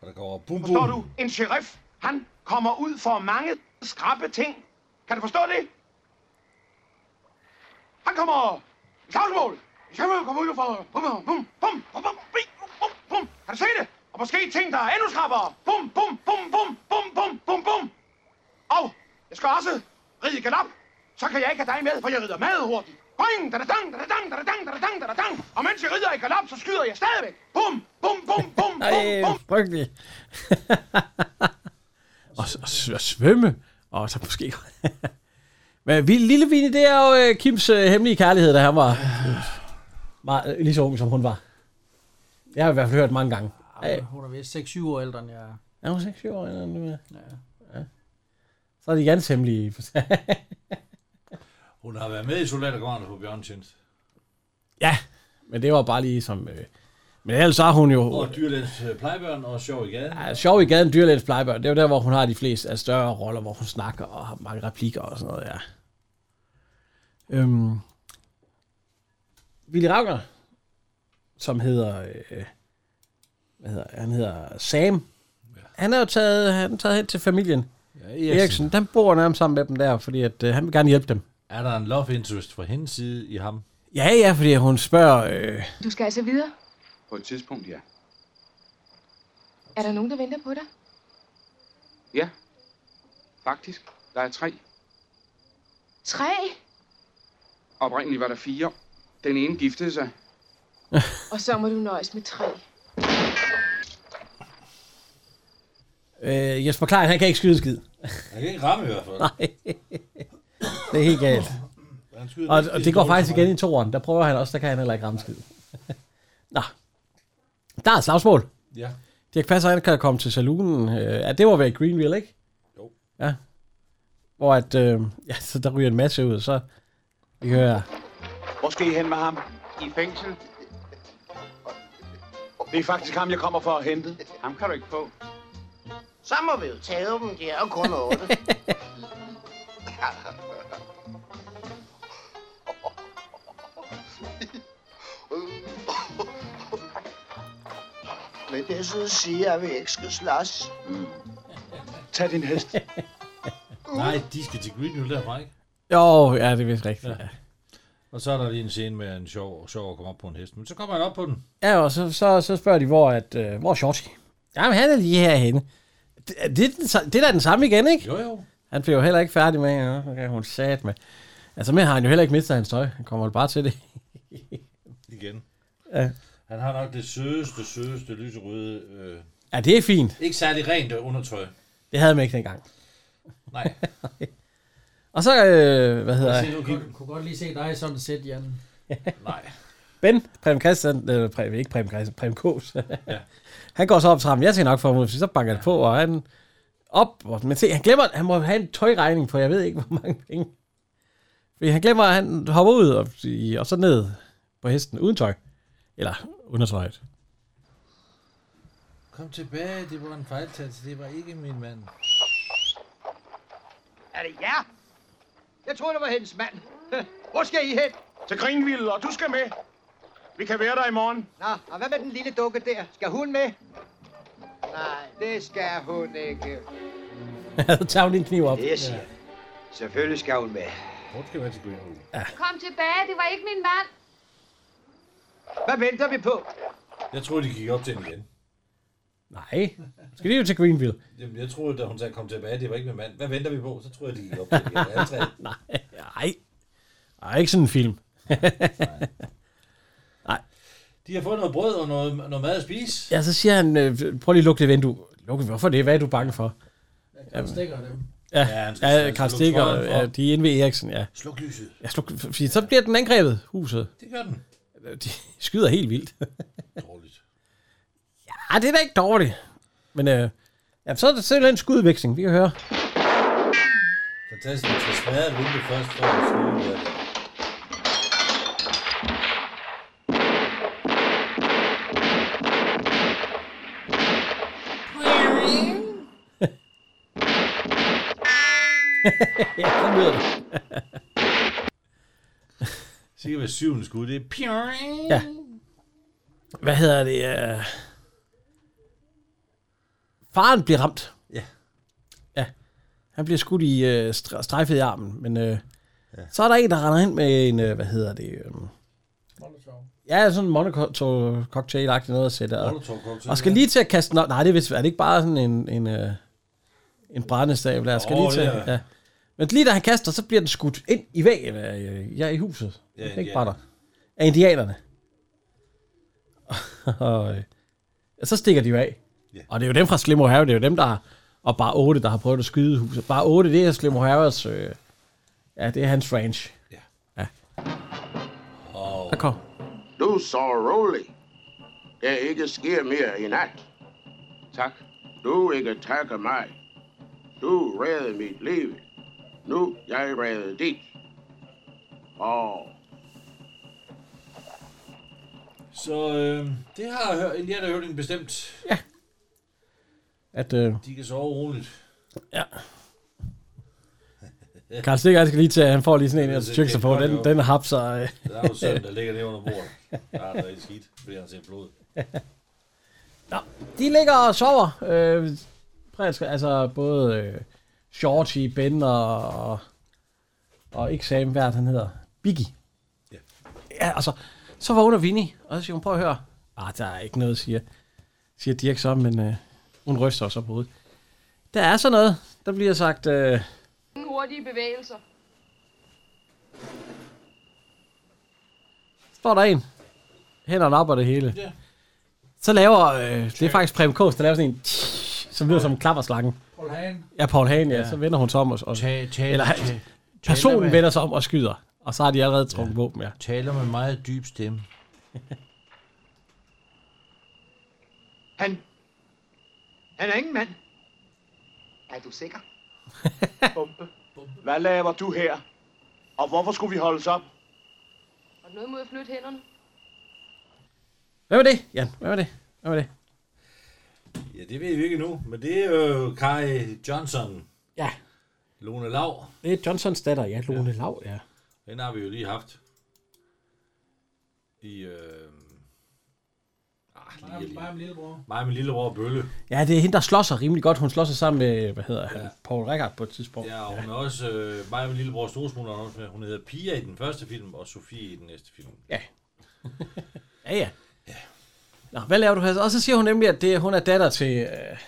S3: Og der går bum
S4: Forstår du? En sheriff, han kommer ud for mange skrappe ting. Kan du forstå det? Han kommer i slagsmål. I slagsmål kommer ud for bum, bum, bum, bum, bum, bum, bi, bum, bum, bum. Kan du se det? Og måske ting, der er endnu skrappere. Bum, bum, bum, bum, bum, bum, bum, bum. Og jeg skal også ride galop. Så kan jeg ikke have dig med, for jeg rider meget hurtigt. Boing, da da dang, da da dang, da da dang, da da dang, da da dang. Og mens jeg rider i galop, så skyder jeg stadigvæk. Bum, bum, bum, bum, bum, bum.
S2: Ej, frygtelig. og, s- og, s- og svømme. Og så måske... Men vi- lille Vini, det er jo øh, Kims øh, hemmelige kærlighed, da han var øh, meget, øh, lige så ung, som hun var. Jeg har i hvert fald hørt mange gange.
S7: Ej, hun er vist 6-7 år ældre end jeg.
S2: Er hun 6 år eller nu? Ja.
S7: ja.
S2: Så er det Jans hemmelige...
S3: Hun har været med i soldatergården på bjørntjeneste.
S2: ja, men det var bare lige som... Øh, men ellers så har hun jo...
S3: Og dyrlæns øh, plejebørn og sjov i gaden.
S2: Ja, sjov i gaden, dyrlægens plejebørn. Det er jo der, hvor hun har de fleste af større roller, hvor hun snakker og har mange replikker og sådan noget, ja. Øhm, Willy Rauger, som hedder, øh, hvad hedder, han hedder Sam. Han er jo taget, han er taget hen til familien. Ja,
S3: Eriksen.
S2: Eriksen. Eriksen, den bor nærmest sammen med dem der, fordi at, øh, han vil gerne hjælpe dem.
S3: Er der en love interest fra hendes side i ham?
S2: Ja, ja, fordi hun spørger, øh,
S10: Du skal altså videre.
S9: På et tidspunkt, ja.
S10: Er der nogen, der venter på dig?
S9: Ja, faktisk. Der er tre.
S10: Tre?
S9: Oprindeligt var der fire. Den ene giftede sig.
S10: Og så må du nøjes med tre.
S2: øh, Jesper Klein, han kan ikke skyde en skid.
S3: Han kan ikke ramme i hvert fald.
S2: Nej. Det er helt galt.
S3: Han skyder
S2: Og,
S3: næsten
S2: og det
S3: lige så
S2: går
S3: dårligt
S2: faktisk
S3: som mig.
S2: igen i toeren. Der prøver han også, der kan han heller ikke ramme skid. Nå. Der er et slagsmål.
S3: Ja.
S2: Dirk Passer, han kan komme til saloonen. Øh, ja, det må være i Greenville, ikke?
S3: Jo.
S2: Ja. Hvor at, øh, ja, så der ryger en masse ud, så vi hører,
S4: Hvor skal I hen med ham? I fængsel.
S5: Det er faktisk ham, jeg kommer for at hente.
S9: Ham kan du ikke få.
S12: Så må vi jo tage dem. De er jo kun otte. Men det så siger, at vi ikke skal slås. Mm.
S5: Tag din hest.
S3: Nej, de skal til Greenville derfra, ikke?
S2: Jo, ja, det er vist rigtigt. Ja.
S3: Og så er der lige en scene med en sjov, sjov at komme op på en hest. Men så kommer han op på den.
S2: Ja, og så, så, så spørger de, hvor, at, øh, hvor er Shorty? Jamen, han er lige herhenne. Det, er det, den, sa- det er da den samme igen, ikke?
S3: Jo, jo.
S2: Han bliver jo heller ikke færdig med hende. Okay, hun sat med. Altså, med har han jo heller ikke mistet hans tøj. Han kommer jo bare til det.
S3: Igen.
S2: Ja.
S3: Han har nok det sødeste, sødeste lyserøde... Øh,
S2: ja, det er fint.
S3: ikke særlig rent øh, undertøj.
S2: Det havde man ikke dengang.
S3: Nej.
S2: og så, øh, hvad hedder
S7: Jeg
S2: jeg?
S7: kunne, kunne godt lige se dig i sådan et sæt, Jan.
S3: Nej.
S2: Ben, Prem Christian, øh, Prem, ikke Prem Christian, Prem Kås. ja. Han går så op trappen. Jeg skal nok få ham ud, så banker det på, og han op. Og, men se, han glemmer, han må have en tøjregning på, jeg ved ikke, hvor mange penge. Fordi han glemmer, at han hopper ud og, i- og så ned på hesten uden tøj. Eller undertøjet.
S3: Kom tilbage, det var en fejltagelse. Det var ikke min mand.
S5: Er det jer? Jeg troede, det var hendes mand. Hvor skal I hen? Til Greenville, og du skal med. Vi kan være der i morgen.
S13: Nå, og hvad med den lille dukke der? Skal hun med? Nej, det skal hun ikke.
S2: Han tager din kniv op.
S13: Det siger Selvfølgelig skal hun med.
S3: Hun skal være til Greenwood.
S2: Ja.
S14: Kom tilbage, det var ikke min mand.
S13: Hvad venter vi på?
S3: Jeg troede, de gik op til hende igen.
S2: Nej. Skal de jo til Greenville?
S3: Jamen, jeg troede, da hun sagde, kom tilbage, det var ikke min mand. Hvad venter vi på? Så troede jeg, de gik op til hende igen. Alle tre.
S2: Nej. Nej. Ej, ikke sådan en film. Nej.
S3: De har fået noget brød og noget, noget mad at spise.
S2: Ja, så siger han, øh, prøv lige at lukke det vindue. Lukke, hvorfor det? Hvad er du bange for?
S7: Karl Stikker og dem.
S2: Ja,
S3: Ja, han skal-
S2: ja,
S3: han
S2: Karl
S3: skal
S2: Stikker,
S3: lukke trøjen for.
S2: ja, de er inde ved Eriksen, ja.
S3: Sluk lyset.
S2: Ja, sluk, fordi så bliver den angrebet, huset.
S3: Det gør den.
S2: De skyder helt vildt.
S3: Dårligt.
S2: ja, det er da ikke dårligt. Men øh, ja, så er der simpelthen en skudveksling, vi kan høre.
S3: Fantastisk. Vi skal smadre et vindue først, for at skyde ud af det.
S2: ja, så lyder det.
S3: Sikkert ved syvende skud, det er pjoing.
S2: Ja. Hvad hedder det? Øh... Faren bliver ramt.
S3: Ja.
S2: Ja. Han bliver skudt i øh, stre- strejfet i armen, men øh, ja. så er der en, der render ind med en, øh, hvad hedder det? Øh... Ja, sådan en molotov cocktail agtig noget at sætte. Og,
S3: Molotov-cocktail,
S2: og skal
S3: ja.
S2: lige til at kaste den op. Nej, det er, vist, er det ikke bare sådan en, en, øh, en brændestab? Jeg skal
S3: Åh,
S2: lige til,
S3: det er-
S2: ja. Men lige da han kaster, så bliver den skudt ind i væggen. øh, Ja, i huset.
S3: Ja,
S2: Ja, ikke
S3: indianerne.
S2: brænder. Af indianerne. og, øh, og så stikker de jo af. Yeah. Og det er jo dem fra Slim O'Hara, det er jo dem, der har, og bare 8, der har prøvet at skyde huset. Bare 8, det er Slim O'Haras, øh, ja, det er hans range. Yeah. Ja.
S3: Og...
S2: Der kom.
S15: Du så rolig. Der ikke sker mere i nat. Tak. Du ikke takker mig. Du reddede mit liv. Nu jeg redder dit. Og
S3: Så øh, det har hør- Indiana Høvding bestemt.
S2: Ja. At, øh,
S3: De kan sove roligt.
S2: Ja. Karl Stikker, han skal lige til, han får lige sådan en, at trykke sig på. Den, den hapser. Øh.
S3: Der er jo søn, der ligger nede under bordet. Der er der ikke skidt, fordi han ser blod.
S2: De ligger og sover. Øh, præcis, altså både øh, Shorty, Ben og, og, og ikke Sam, hvad er det, han hedder? Biggie. Ja. ja, altså, så vågner Vinnie, og så siger hun, prøv at høre. Ah, der er ikke noget, siger, siger Dirk så, men øh, hun ryster så på hovedet. Der er sådan noget. Der bliver sagt, øh,
S14: Ingen hurtige bevægelser.
S2: står der en. Hænderne op og det hele.
S3: Ja.
S2: Så laver, øh, det er faktisk Prem Kås, der laver sådan en, som lyder som en klapperslakken.
S7: Paul Hagen.
S2: Ja, Paul Hagen, ja.
S7: Ja.
S2: Så vender hun sig om og... og
S7: Tag- tag-
S2: eller
S7: tag-
S2: personen
S7: med-
S2: vender sig om og skyder. Og så har de allerede trukket ja. våben, ja.
S3: Taler med meget dyb stemme.
S13: Han... Han er ingen mand. Er du sikker?
S5: Bombe. Hvad laver du her? Og hvorfor skulle vi holdes op?
S14: Har du noget mod at flytte hænderne?
S2: Hvad var det, Jan? Hvad var det? Hvad var det?
S3: Ja, det ved vi ikke nu, men det er jo Kai Johnson.
S2: Ja.
S3: Lone Lav.
S2: Det er Johnsons datter, ja. Lone ja. Lav, ja.
S3: Den har vi jo lige haft. I, øh... Ah, lige,
S7: Bare en lillebror.
S3: Mig og min lillebror Bølle.
S2: Ja, det er hende, der slår sig rimelig godt. Hun slår sig sammen med, hvad hedder han, ja. Paul Rickard på et tidspunkt.
S3: Ja, og hun er også, øh, mig og min lillebror Storesmule er også med. Hun hedder Pia i den første film, og Sofie i den næste film.
S2: Ja. Ja, ja. Nå, hvad laver du her? Og så siger hun nemlig, at det, hun er datter til øh,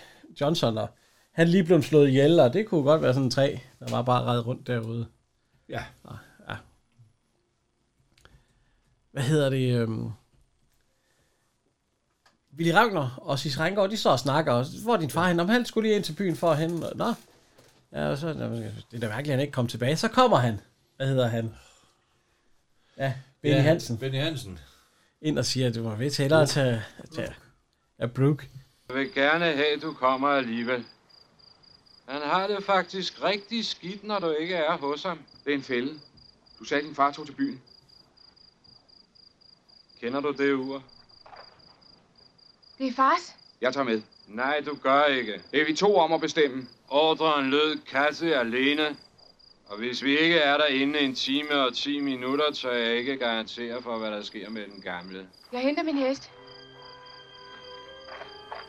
S2: Johnson, og han er lige blevet slået ihjel, og det kunne godt være sådan en træ, der var bare reddet rundt derude.
S3: Ja.
S2: Nå, ja. Hvad hedder det? Øhm... Willy Ragnar og Sis Rengård, de står og snakker, og hvor er din far hen? Om han skulle lige ind til byen for at hente, og- nå. Ja, og så, nå, men det er da mærkeligt, at han ikke kom tilbage. Så kommer han. Hvad hedder han? Ja, Benny
S3: Ja,
S2: ja. Hansen.
S3: Benny Hansen.
S2: Ind og siger, at du var ved tættere at tage, tage, af Brooke.
S8: Jeg vil gerne have, at du kommer alligevel. Han har det faktisk rigtig skidt, når du ikke er hos ham.
S5: Det er en fælde. Du sagde, at din far tog til byen.
S8: Kender du det ur?
S14: Det er fars.
S8: Jeg tager med. Nej, du gør ikke. Det er vi to om at bestemme. Ordren lød kasse alene. Og hvis vi ikke er der inden en time og 10 minutter, så jeg ikke garantere for, hvad der sker med den gamle.
S14: Jeg henter min hest.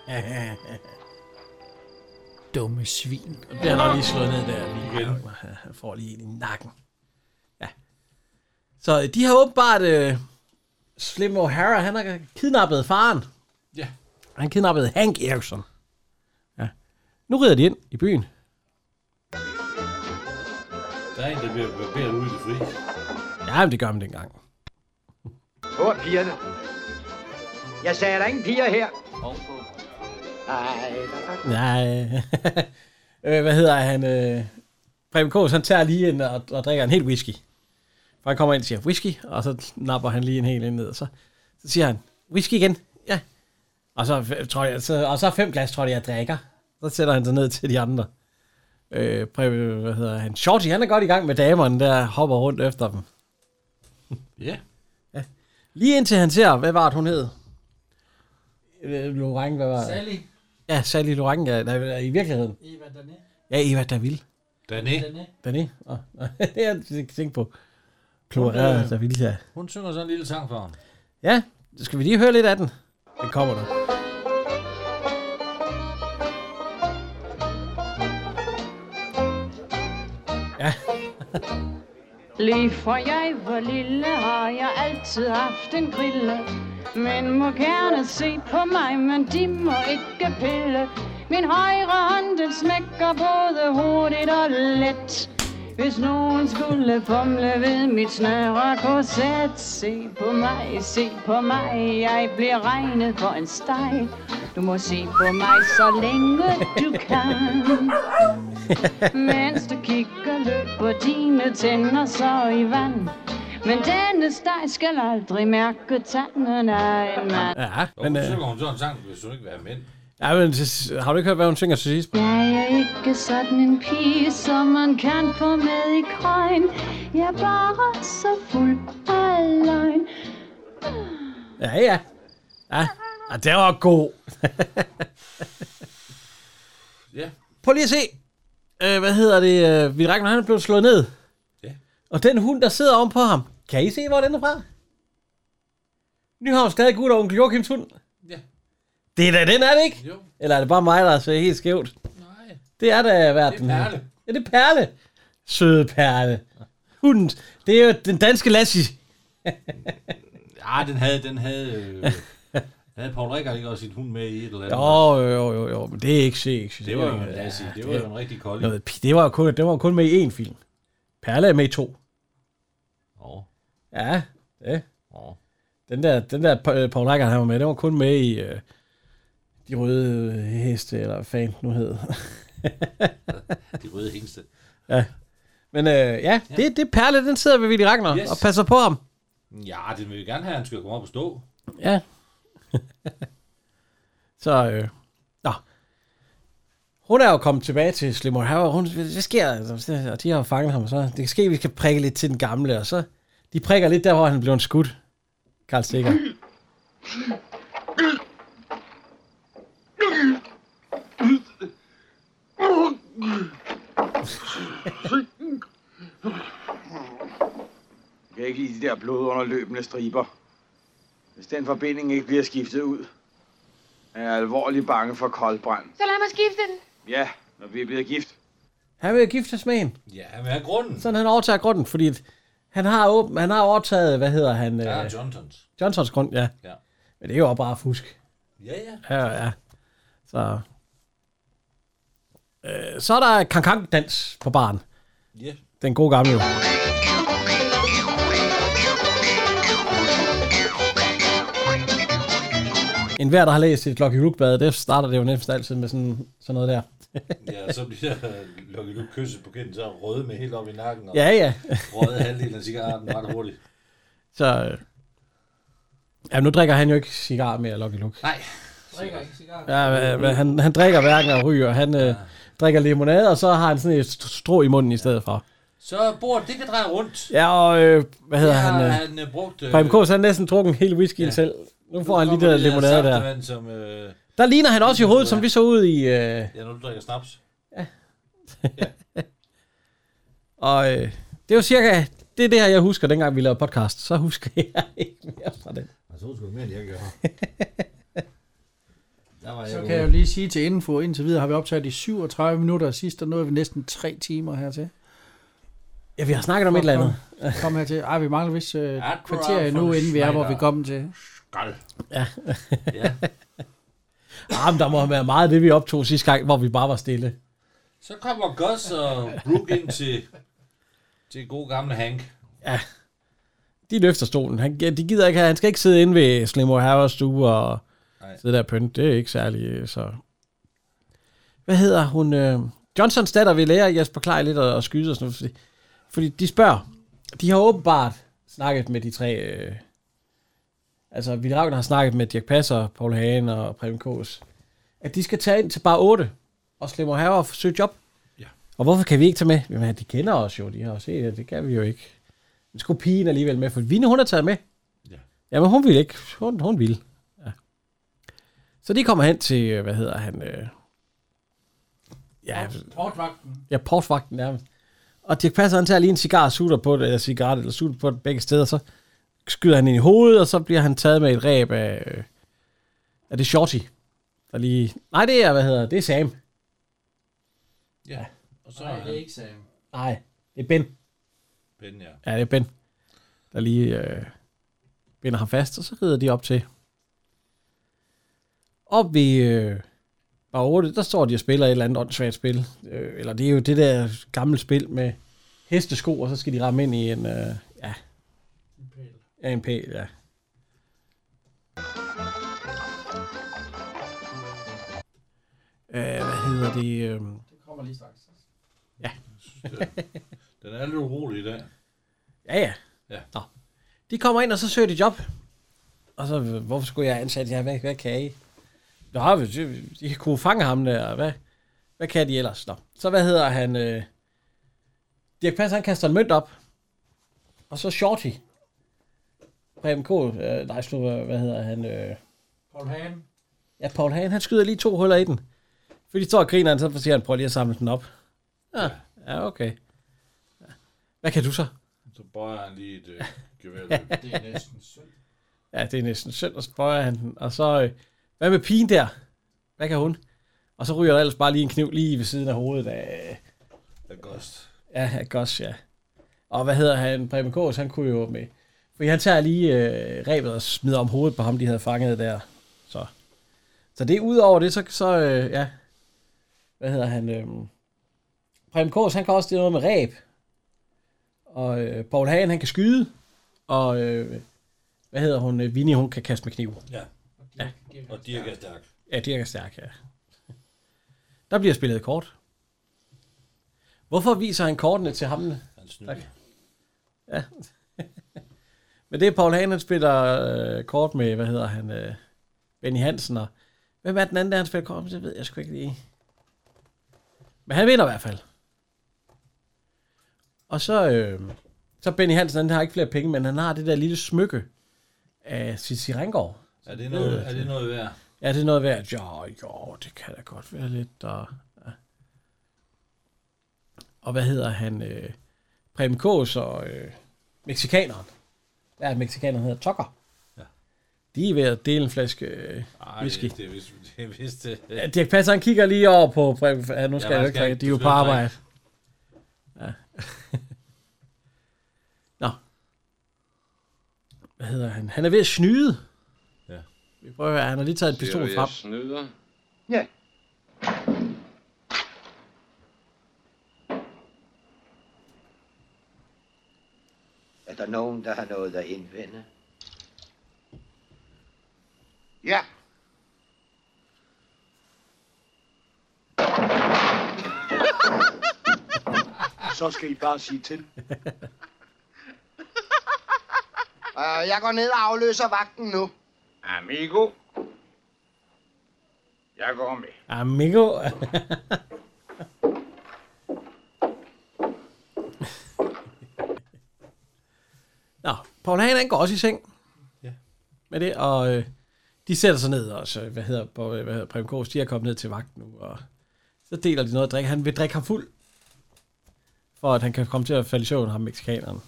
S2: Dumme svin. Det bliver nok lige slået ned der. Igen. Han får lige en i nakken. Ja. Så øh, de har åbenbart... Øh, Slim O'Hara, han har kidnappet faren.
S3: Ja.
S2: Han kidnappede Hank Erickson. Ja. Nu rider de ind i byen.
S3: Der er en, der bliver barberet ude i det fri.
S2: Ja, men det gør man dengang.
S13: Hvor er pigerne? Jeg sagde, er der ingen piger her? Nej, der er
S2: Nej. øh, hvad hedder han? Øh, Preben Kås, han tager lige en og, og drikker en helt whisky. For han kommer ind og siger, whisky, og så napper han lige en hel ind ned, og så, så siger han, whisky igen, ja. Og så, f- tror jeg, så, og så fem glas, tror jeg, jeg drikker. Så sætter han sig ned til de andre. Øh, Preben, hvad hedder han? Shorty, han er godt i gang med damerne, der hopper rundt efter dem.
S3: Ja.
S2: Lige indtil han ser, hvad var det, hun hed? Øh, Lorraine, hvad var det?
S7: Sally.
S2: Ja, Sally Lorraine, ja, nej, i virkeligheden.
S7: Eva Dané.
S2: Ja, Eva Davil.
S3: Dané.
S2: Dané. Oh, det er jeg ikke tænkt på.
S3: Hun,
S2: Plureret
S3: øh,
S2: Davil, ja.
S3: Hun synger sådan en lille sang for ham.
S2: Ja, skal vi lige høre lidt af den? Den kommer nu. Ja.
S16: Lige fra jeg var lille, har jeg altid haft en grille. Men må gerne se på mig, men de må ikke pille. Min højre hånd, den smækker både hurtigt og let. Hvis nogen skulle fumle ved mit snøre korset, se på mig, se på mig, jeg bliver regnet for en steg. Du må se på mig, så længe du kan. Mens du kigger løber dine tænder så i vand Men denne steg skal aldrig mærke tanden af en mand
S2: Ja,
S3: Og
S2: men,
S3: hun
S2: øh,
S3: synger hun sådan en sang, hvis hun ikke vil have mænd.
S2: ja, men så- har du ikke hørt, hvad hun synger til sidst?
S16: Jeg er ikke sådan en pige, som man kan få med i krøjen Jeg er bare så fuld af løgn
S2: Ja, ja. Ja, ja det var god.
S3: Ja.
S2: Prøv lige at se. Øh, hvad hedder det? Øh, Vi Ragnar, han er blevet slået ned.
S3: Ja.
S2: Og den hund, der sidder ovenpå ham, kan I se, hvor den er fra? Nyhavns Gadegud og onkel Joachims hund.
S3: Ja.
S2: Det er da den, er det ikke?
S3: Jo.
S2: Eller er det bare mig, der ser helt skævt?
S3: Nej.
S2: Det er da verden.
S3: Det er Perle.
S2: Ja, det er Perle. Søde Perle. Hunden. Det er jo den danske Lassie.
S3: Ja, den havde, den havde, øh, den havde Paul Rickard ikke også sin hund med i et eller andet.
S2: Jo, jo, jo, jo, jo, men det er ikke sex.
S3: Det var jo en
S2: ikke-
S3: Lassie. Det
S2: ja,
S3: var jo en rigtig kold.
S2: Noget, pi- det var jo kun, det var jo kun med i én film. Perle er med i to.
S3: Åh.
S2: Ja, det.
S3: Åh.
S2: Den der, den der Pa- øh, Paul Rickard, han var med, den var kun med i øh, De Røde øh, Heste, eller hvad fanden den nu hed.
S3: De røde hængste.
S2: ja. Men øh, ja, det, det er Perle, den sidder ved Willy Ragnar
S3: Yes.
S2: yes. og passer på ham.
S3: Ja, den vil vi gerne have, at han skal komme op og stå.
S2: Ja. så, øh, nå. Hun er jo kommet tilbage til Slimmer Harrow. Hun, hvad sker der? Altså, Og de har jo fanget ham, og så det kan ske, at vi skal prikke lidt til den gamle, og så de prikker lidt der, hvor han blev en skudt. Karl Stikker.
S5: Ikke i de der blodunderløbende striber. Hvis den forbinding ikke bliver skiftet ud, er jeg alvorligt bange for koldbrand.
S14: Så lad mig skifte den.
S5: Ja, når vi bliver gift.
S2: Han vil giftes med en.
S3: Ja, hvad er grunden?
S2: Sådan han overtager grunden, fordi at han har, åben, han har overtaget, hvad hedder han?
S3: Ja,
S2: øh,
S3: Johntons.
S2: Johnsons grund, ja.
S3: Ja.
S2: Men det er jo bare fusk.
S3: Ja, ja.
S2: Ja, ja. Så, øh, så er der kankankdans på baren.
S3: Ja.
S2: Den gode gamle jo. En hver, der har læst et Lucky Rook-blad, det starter det jo næsten altid med sådan, sådan noget der.
S3: Ja, så bliver Lucky Luke kysset på kinden, så er han rød med helt op i nakken. Og
S2: Ja, ja.
S3: røget halvdelen af cigaretten ret hurtigt.
S2: Så... øh, Ja, nu drikker han jo ikke cigar mere, Lucky Luke.
S3: Nej.
S7: Drikker ikke cigar.
S2: Ja, hva- hva- han, han drikker hverken og ryger. Han øh, drikker limonade, og så har han sådan et st- strå i munden i stedet for.
S3: Så bordet, det kan dreje rundt.
S2: Ja, og øh, hvad hedder
S3: Ja,
S2: han? Øh,
S3: han, øh, brugt, øh,
S2: øh, Preben Kaas, han har næsten drukket en hel whisky ja. selv. Nu får han lige det der limonade der.
S3: Vand, som, øh,
S2: Der ligner han også i hovedet, som vi så ud i... Øh,
S3: ja, når du drikker snaps.
S2: og øh, det er jo cirka... Det er det her, jeg husker, dengang vi lavede podcast. Så husker jeg ikke mere fra den.
S3: Jeg så sgu mere, end jeg gjorde. Der var
S7: Så
S3: jeg
S7: kan jeg jo lige sige til info, indtil videre har vi optaget i 37 minutter, og sidst der nåede vi næsten 3 timer hertil.
S2: Ja, vi har snakket om et eller
S7: andet. Kom hertil. Ej, vi mangler vist øh,
S3: Admiral
S7: kvarter endnu,
S3: von
S7: inden vi er, hvor vi
S3: Schneider.
S7: kommer til.
S3: Skald.
S2: Ja.
S3: ja.
S2: Ah, men der må have været meget af det, vi optog sidste gang, hvor vi bare var stille.
S3: Så kommer Gus og Brooke ind til, til gode gamle Hank.
S2: Ja. De løfter stolen. Han, ja, de gider ikke have, han skal ikke sidde inde ved Slim O'Hara's stue og
S3: Nej.
S2: sidde der og pynte. Det er ikke særlig, øh, så... Hvad hedder hun? Øh... Johnsons datter vil lære Jesper Klein lidt at, at skyde og sådan noget. Fordi, fordi de spørger. De har åbenbart snakket med de tre... Øh... Altså, Ville Ravn har snakket med Dirk Passer, Paul Hagen og Preben Kås. At de skal tage ind til bare 8 og Slim O'Hara og søge job.
S3: Ja.
S2: Og hvorfor kan vi ikke tage med? Jamen, de kender os jo, de har jo set det. Det kan vi jo ikke. Men skulle pigen alligevel med, for Vine, hun er taget med.
S3: Ja.
S2: Jamen, hun ville ikke. Hun, hun ville. Ja. Så de kommer hen til, øh, hvad hedder han? Øh, ja,
S7: Portvagten.
S2: ja, portvagten nærmest. Og Dirk Passer, han tager lige en cigar og sutter på det, eller cigaret, eller sutter på det begge steder, så skyder han ind i hovedet, og så bliver han taget med et ræb af... Øh, er det Shorty? Der lige... Nej, det er, hvad hedder det? er Sam.
S3: Ja. Og så
S7: Nej,
S3: er
S7: det er
S3: han
S7: ikke Sam.
S2: Nej, det er Ben.
S3: Ben, ja.
S2: Ja, det er Ben, der lige øh, binder ham fast, og så rider de op til. Op ved øh, bar 8, der står de og spiller et eller andet åndssvagt spil. Øh, eller det er jo det der gamle spil med hestesko, og så skal de ramme ind i en... Øh, ja. Ja, en pæl, ja. Øh, hvad hedder det? Øh,
S7: Det kommer lige straks.
S2: ja.
S3: Den er lidt urolig i dag.
S2: Ja, ja.
S3: Ja.
S2: Nå. De kommer ind, og så søger de job. Og så, hvorfor skulle jeg ansætte jer? Hvad, hvad kan I? Nå, har vi- de, de kunne fange ham der. Hvad, hvad kan de ellers? Nå. Så hvad hedder han? Øh, Dirk Passer, han kaster en mønt op. Og så Shorty. Preben K. Øh, nej, slu, hvad hvad hedder han? Øh,
S7: Paul Hagen.
S2: ja, Paul Hagen, han skyder lige to huller i den. Fordi de står og griner, så siger han, prøv lige at samle den op. Ja, ja okay. Ja. Hvad kan du så?
S3: Så bøjer han lige et øh, gevær. det er næsten synd.
S2: Ja, det er næsten synd, og så bøjer han den. Og så, øh, hvad med pigen der? Hvad kan hun? Og så ryger der ellers bare lige en kniv lige ved siden af hovedet af,
S3: August.
S2: ja, af Goss, ja. Og hvad hedder han? Preben Kås, han kunne jo med. For han tager lige øh, rebet og smider om hovedet på ham, de havde fanget der. Så, så det er ud over det, så, så øh, ja. Hvad hedder han? Øh, Preben Kås, han kan også det noget med ræb. Og øh, Paul Hagen, han kan skyde. Og øh, hvad hedder hun? Øh, Vinnie, hun kan kaste med kniv.
S3: Ja. ja. Og Dirk er stærk.
S2: Ja, Dirk er stærk, ja. Der bliver spillet kort. Hvorfor viser han kortene til ham?
S3: Han snyder.
S2: Ja. Men det er Paul Hagen, han spiller øh, kort med, hvad hedder han, øh, Benny Hansen. Og, hvem er den anden, der han spiller kort med? Det ved jeg sgu ikke lige. Men han vinder i hvert fald. Og så, øh, så Benny Hansen, han har ikke flere penge, men han har det der lille smykke af Cici Rengård.
S3: Er det noget, er det noget værd?
S2: Ja, det er noget værd. Jo, jo, det kan da godt være lidt. Og, ja. og hvad hedder han? Øh, Prem Kås og øh, Mexikaneren. Ja, mexikanerne hedder Tucker. Ja. De er ved at dele en flaske øh,
S3: Ej,
S2: whisky.
S3: det, det, er vist, det er vist... øh, Det,
S2: Ja, Dirk Passer, han kigger lige over på... brev- Ja, nu skal ja, jeg
S3: Ja, man
S2: jo ikke
S3: skal
S2: drikke,
S3: ikke-
S2: de er jo
S3: du
S2: på
S3: skal jo
S2: arbejde. Ja. Nå. Hvad hedder han? Han er ved at snyde.
S3: Ja.
S2: Vi prøver at høre, han har lige taget en pistol frem.
S8: Jeg snyder.
S13: Ja. Er der nogen, der har noget at indvende?
S9: Ja.
S4: Så skal I bare sige til.
S12: Øh, jeg går ned og afløser vagten nu.
S9: Amigo. Jeg går med.
S2: Amigo. Nå, Paul Hagen, han går også i seng.
S3: Ja.
S2: Med det, og øh, de sætter sig ned også. øh, Hvad hedder, på, øh, hvad hedder Preben Kors, de er kommet ned til vagt nu, og så deler de noget at drikke. Han vil drikke ham fuld, for at han kan komme til at falde i søvn, ham mexikaneren.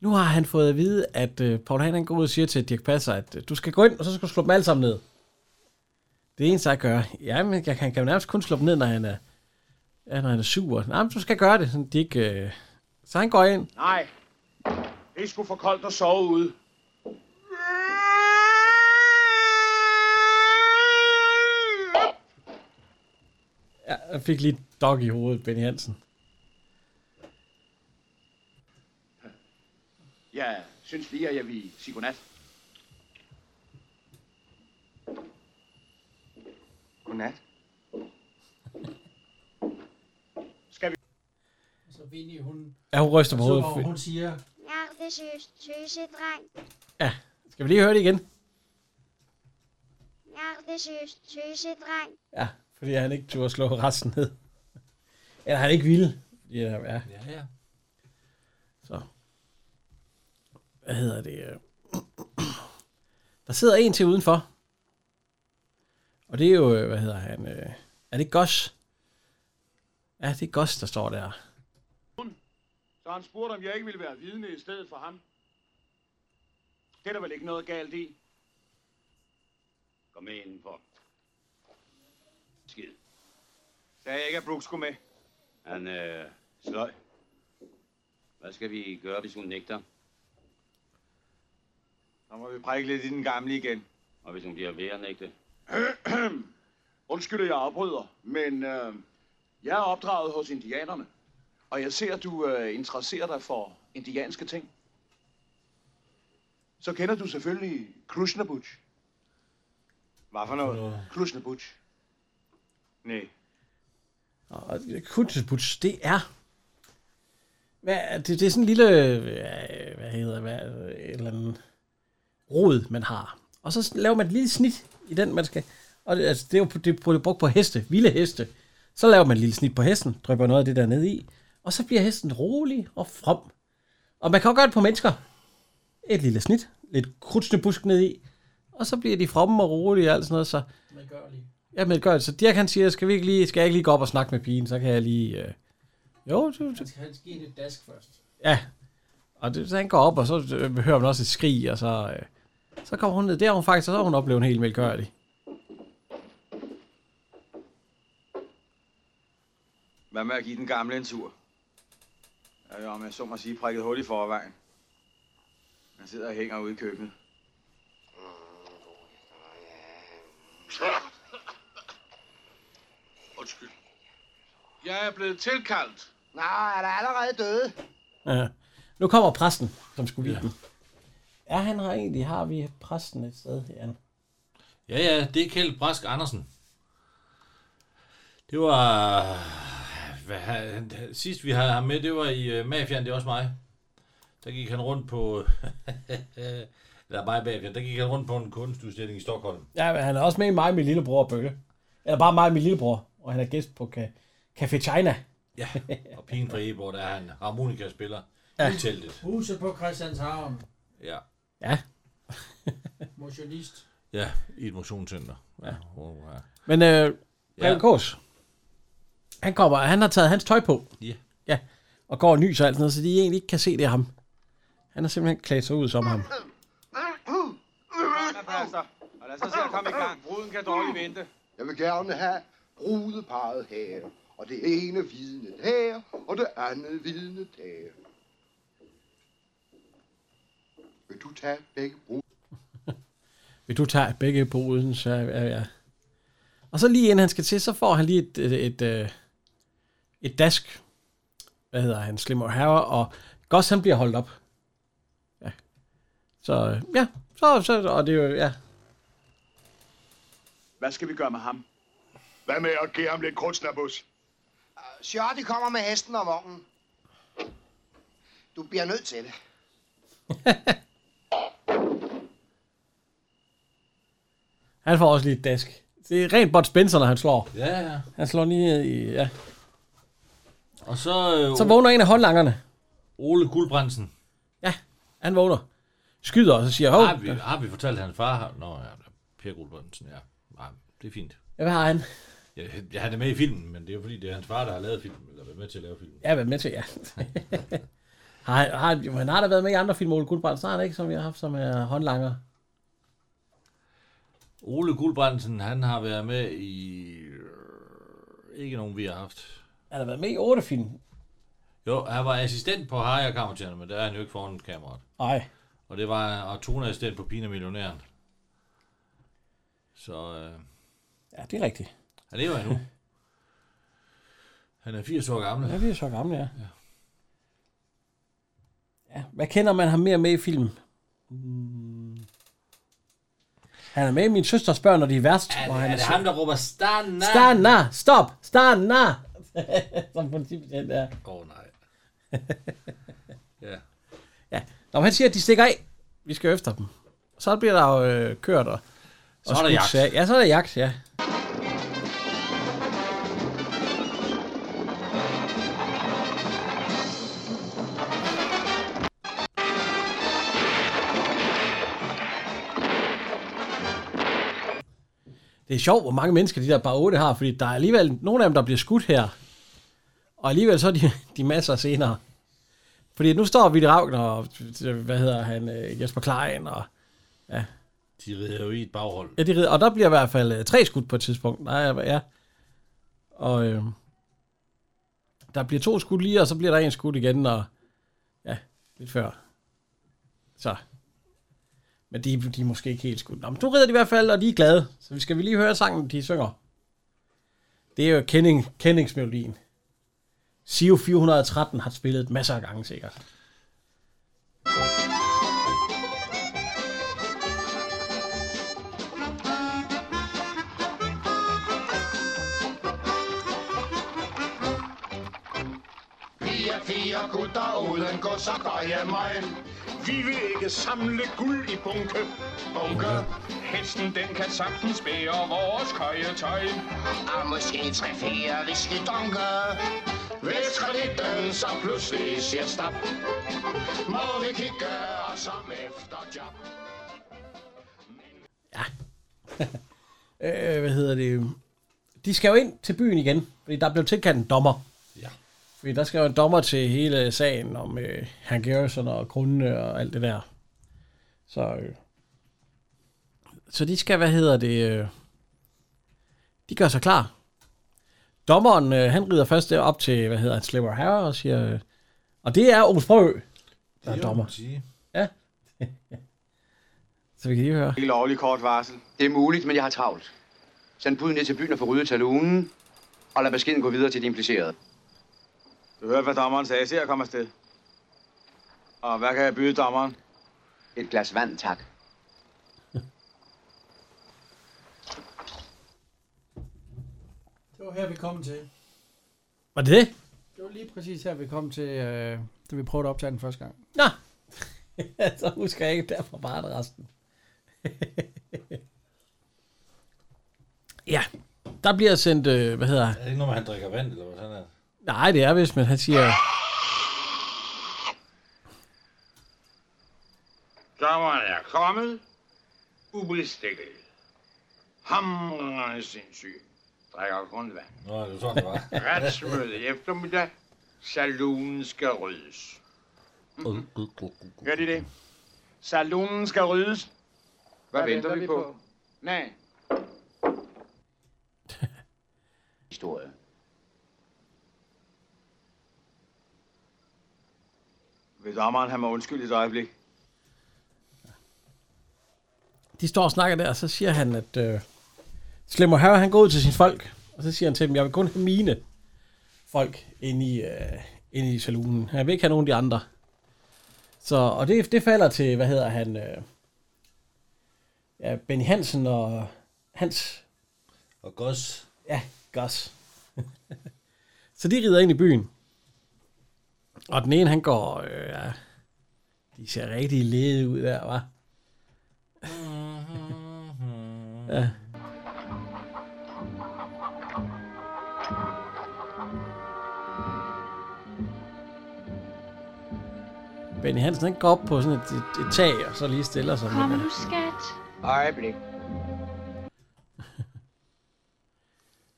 S2: Nu har han fået at vide, at øh, Paul Hagen han går ud og siger til Dirk Passer, at øh, du skal gå ind, og så skal du slå dem alle sammen ned. Det eneste, jeg gør, jamen, jeg kan, kan jo nærmest kun slå dem ned, når han er, ja, når han er sur. Nej, men du skal gøre det, sådan de ikke... Øh... Så han går ind.
S4: Nej. Det er sgu for koldt at sove ude.
S2: Ja, jeg fik lige et dog i hovedet, Benny Hansen.
S9: Jeg synes lige, at jeg vil sige godnat.
S13: Godnat.
S4: Skal vi...
S7: Så Vinnie, hun...
S2: Ja, hun ryster på
S7: så,
S2: hovedet.
S7: hvor Hun siger...
S10: Jeg vil søs, søse dreng.
S2: Ja, skal vi lige høre det igen?
S10: Jeg vil søs, søse dreng.
S2: Ja, fordi han ikke turde slå resten ned. Eller han ikke ville. Ja, ja.
S3: Ja, ja.
S2: Så. Hvad hedder det? øh? Der sidder en til udenfor. Og det er jo, øh, hvad hedder han? øh, Er det Goss? Ja, det er Goss, der står der.
S4: Så han spurgte, om jeg ikke ville være vidne i stedet for ham. Det er der vel ikke noget galt i.
S9: Kom med indenfor. Skid.
S5: Sagde jeg ikke, at Brooke skulle med?
S9: Han øh, sløj. Hvad skal vi gøre, hvis hun nægter?
S5: Så må vi prikke lidt i den gamle igen.
S9: Og hvis hun bliver ved at nægte?
S4: Undskyld, at jeg afbryder, men øh, jeg er opdraget hos indianerne. Og jeg ser, at du øh, interesserer dig for indianske ting. Så kender du selvfølgelig Krishnabuch.
S5: Hvad for noget?
S4: Krishnabuch.
S5: Nej.
S2: Og Kutsbuts, det er... Hvad, er det, det er sådan en lille... øh, Hvad hedder hvad, et eller andet rod, man har. Og så laver man et lille snit i den, man skal... Og det, altså, det er jo det er brugt på heste, vilde heste. Så laver man et lille snit på hesten, drypper noget af det der ned i, og så bliver hesten rolig og from. Og man kan også gøre det på mennesker. Et lille snit, lidt krudtsnebusk ned i, og så bliver de fromme og rolige og alt sådan noget. Så Ja, men det gør det. Så Dirk han siger, skal, vi ikke lige, skal jeg ikke lige gå op og snakke med pigen, så kan jeg lige... Øh... Jo, du, du.
S7: Han skal, han skal give det et dask først.
S2: ja. Og det, så han går op, og så øh, hører man også et skrig, og så, øh, så kommer hun ned. Der har hun faktisk, og så har hun oplevet en helt velgørlig.
S5: Hvad med at give den gamle en tur? Jeg er jo, om jeg så må sige, prikket hul i forvejen. Han sidder og hænger ude i køkkenet.
S15: Undskyld. Jeg er blevet tilkaldt.
S12: Nå, er der allerede døde?
S2: Ja. Nu kommer præsten, som skulle vise ja. dem. Ja, han har egentlig, har vi præsten et sted her.
S3: Ja, ja, det er Kjeld Brask Andersen. Det var... Hvad, han, sidst vi havde ham med, det var i øh, Mafian, det er også mig. Der gik han rundt på... eller mig i Mafian. Der gik han rundt på en kunstudstilling i Stockholm.
S2: Ja, men han er også med i mig og min lillebror og Bølle. Eller bare mig og min lillebror, og han er gæst på Ca- Café China.
S3: Ja, og pigen fra Eborg, der er han harmonikaspiller
S2: Ja.
S3: ja. i teltet.
S7: Huset på Christianshavn.
S3: Ja.
S2: Ja.
S7: Motionist.
S3: Ja, i et motionscenter. Ja. Hvor, ja.
S2: Men øh, Preben
S3: Ja.
S2: Kors, han kommer, han har taget hans tøj på.
S3: Ja.
S2: Ja, og går og nyser og alt sådan noget, så de egentlig ikke kan se det er ham. Han har simpelthen klædt sig ud som ham.
S5: Kom, pastor. Altså, Og lad os så se at komme i gang. Bruden kan dårligt vente.
S17: Jeg vil gerne have brudeparet her, og det ene vidne her, og det andet vidne der. Vil du tage begge brud?
S2: Vil du tage begge på uden, så ja, ja. Og så lige inden han skal til, så får han lige et, et, et, øh, et dask. Hvad hedder han? Slim O'Hara, og Goss han bliver holdt op. Ja. Så øh, ja, så, så og det er jo, ja.
S18: Hvad skal vi gøre med ham? Hvad med at give ham lidt krudtsnabus?
S12: Shorty Øh, kommer med hesten og vognen. Du bliver nødt til det.
S2: Han får også lige et dask. Det er rent Bud Spencer, når han slår.
S3: Ja, ja.
S2: Han slår lige i, ja.
S3: Og så... Øh,
S2: Så vågner en af håndlangerne.
S3: Ole Guldbrandsen.
S2: Ja, han vågner. Skyder, og så siger, hov.
S3: Har vi, har vi fortalt hans far? har- Nå, ja, Per Guldbrandsen, ja. Nej, det er fint.
S2: Ja, hvad har han?
S3: Ja, ja, han er med i filmen, men det er jo fordi, det er hans far, der har lavet filmen, eller været med til at lave filmen.
S2: Ja, hvad med til, ja. har, han- har, han- han har da været med i andre film, Ole Guldbrand, så har han ikke, som vi har haft som er håndlanger.
S3: Ole Guldbrandsen, han har været med i... øh, Ikke nogen, vi har haft.
S2: Han har været med i otte film.
S3: Jo, han var assistent på Harry og Kammertjerne, men der er han jo ikke foran kameraet.
S2: Nej.
S3: Og det var og toneassistent på Pina Millionæren. Så øh,
S2: Ja, det er rigtigt.
S3: han lever endnu. Han er 80 år gammel.
S2: Ja, vi er så gamle, ja. ja. Hvad kender man ham mere med i film?
S3: Mm.
S2: Hmm. Han er med i Min Søsters Børn, når de er værst.
S3: Er,
S2: hvor
S3: er,
S2: han
S3: det
S2: sø-
S3: ham, der råber Stanna?
S2: Stanna! Stop! Stanna! Som politibetjent er.
S3: Åh oh, nej. ja.
S2: Ja. Nå, men han siger, at de stikker af. Vi skal efter dem. Så bliver der jo øh, kørt og,
S3: Så er der
S2: skudt
S3: jagt.
S2: sag- Ja, så er der jagt, ja. Det er sjovt, hvor mange mennesker de der bare otte har, fordi der er alligevel nogle af dem, der bliver skudt her. Og alligevel så er de, de masser senere. Fordi nu står Ville Ravn og, hvad hedder han, øh, Jesper Klein og, ja,
S3: De rider jo i et baghold.
S2: ja de rider. Og der bliver i hvert fald øh, tre skudt på et tidspunkt. Nej, ja. Og øh, der bliver to skudt lige, og så bliver der en skudt igen, og ja, lidt før. Så. Men de, de er måske ikke helt skudt. Nå, men du rider de i hvert fald, og de er glade. Så vi skal vi lige høre sangen, de synger. Det er jo kending, kendingsmelodien. Sio 413 har spillet masser af gange sikkert.
S17: Vi er fire gutter uden gå, så går jeg mig. Vi vil ikke samle guld i bunke, bunke. Hesten den kan sagtens bære vores køjetøj. Og måske tre fire whiskydunke. Hvis kreditten så pludselig siger stop, må vi kigge os om efter job.
S2: øh, hvad hedder det, de skal jo ind til byen igen, fordi der blev tilkaldt en dommer.
S3: Ja.
S2: Fordi der skal jo en dommer til hele sagen om øh, Hank Harrison og grundene og alt det der. Så, øh, så de skal, hvad hedder det, øh, de gør sig klar. Dommeren, øh, han rider først op til, hvad hedder han, Slipper Harrer og siger, øh, og det er Obus Brøø, der er
S5: Det må
S2: dommer.
S5: man sige.
S2: Ja. så vi kan lige høre.
S5: Ikke lovlig kort varsel.
S19: Det er muligt, men jeg har travlt. Send bud ned til byen og få ryddet talunen, og lad beskeden gå videre til de implicerede.
S5: Du hørte, hvad dommeren sagde. Se at komme afsted. Og hvad kan jeg byde dommeren?
S19: Et glas vand, tak.
S7: Det var her, vi kom til.
S2: Var det det?
S7: Det var lige præcis her, vi kom til, øh, da vi prøvede at optage den første gang.
S2: Nå, så husker jeg ikke derfor bare det resten. ja, der bliver sendt, øh, hvad hedder
S3: Er det ikke noget med, han drikker vand, eller hvad sådan er?
S2: Nej, det er vist, men han siger...
S9: Dommeren er kommet. Ubestikket. Hamrende sindssyg. Drikker kun vand.
S3: Nå, det var sådan, det var.
S9: Retsmøde i eftermiddag. Salonen skal ryddes.
S5: Gør de det? Salonen skal ryddes.
S8: Hvad venter vi på?
S5: Nej.
S9: Historie.
S5: Hvis dommeren han må undskylde et øjeblik.
S2: De står og snakker der, og så siger han, at øh, Slimmer Harry, han går ud til sine folk, og så siger han til dem, jeg vil kun have mine folk inde i, øh, inde i saloonen. Jeg vil ikke have nogen af de andre. Så, og det, det falder til, hvad hedder han, øh, ja, Benny Hansen og Hans.
S3: Og Goss.
S2: Ja, Goss. så de rider ind i byen. Og den ene, han går, øh, ja, de ser rigtig lede ud der, hva'? ja. Benny Hansen, han går op på sådan et, et, et tag, og så lige stiller sig.
S16: Kom nu, skat.
S12: Øjeblik.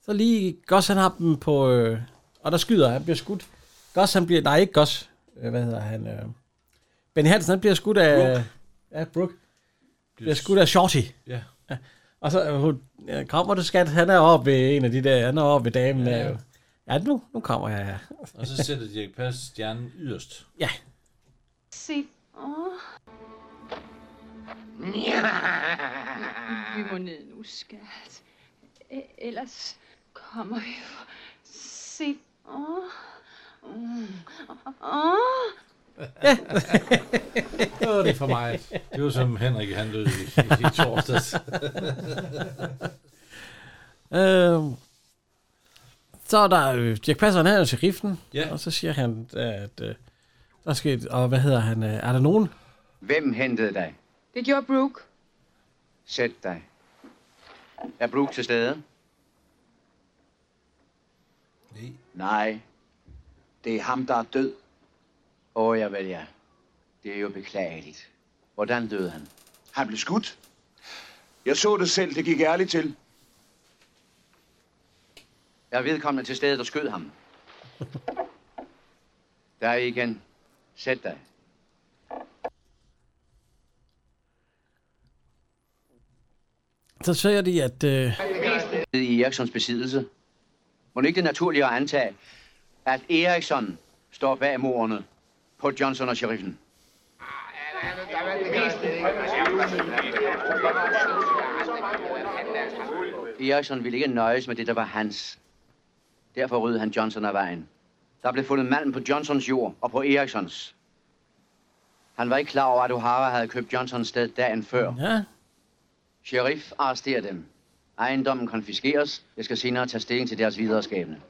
S2: Så lige Goss, han har dem på... Øh, og der skyder, han bliver skudt. Goss, han bliver... Nej, ikke Goss. Øh, hvad hedder han? Øh, Benny Hansen, han bliver skudt af... Brooke. Ja, Brooke. Bliver skudt af Shorty.
S3: Ja.
S2: ja. Og så øh, hun, ja, kommer du, skat. Han er oppe ved en af de der... Han er oppe ved damen. Ja, ja. ja nu, nu kommer jeg. Ja.
S3: Og så sætter Dirk Pass stjernen yderst.
S2: ja.
S16: Se. Åh. Vi må ned nu, skat. E- ellers kommer vi for sent. Åh. Mm. Åh.
S2: Ja.
S3: Åh, det er for mig. Det var som Henrik, han lød i, i torsdags.
S2: Øhm, så er der øh, Dirk Passer, han er jo sheriffen,
S3: Ja.
S2: og så siger han, at øh, der er sket, og hvad hedder han, øh, er der nogen?
S19: Hvem hentede dig?
S14: Det gjorde Brooke.
S19: Sæt dig. Er Brooke til stede?
S9: Nej. Det er ham, der er død.
S19: Åh, oh, jeg vel ja. Det er jo beklageligt. Hvordan døde han?
S15: Han blev skudt. Jeg så det selv, det gik ærligt til.
S19: Jeg er vedkommende til stedet og skød ham. Der er I igen. Sæt dig.
S2: Så siger de, at... Øh,
S19: I Erikssons besiddelse. Må det ikke det naturlige at antage, at Eriksson står bag mordene på Johnson og sheriffen? Eriksson ville ikke nøjes med det, der var hans. Derfor ryddede han Johnson af vejen. Der blev fundet malm på Johnsons jord og på Erikssons. Han var ikke klar over, at O'Hara havde købt Johnsons sted dagen før.
S2: Ja.
S19: Sheriff arresterer dem. Ejendommen konfiskeres. Jeg skal senere tage stilling til deres videre skæbne.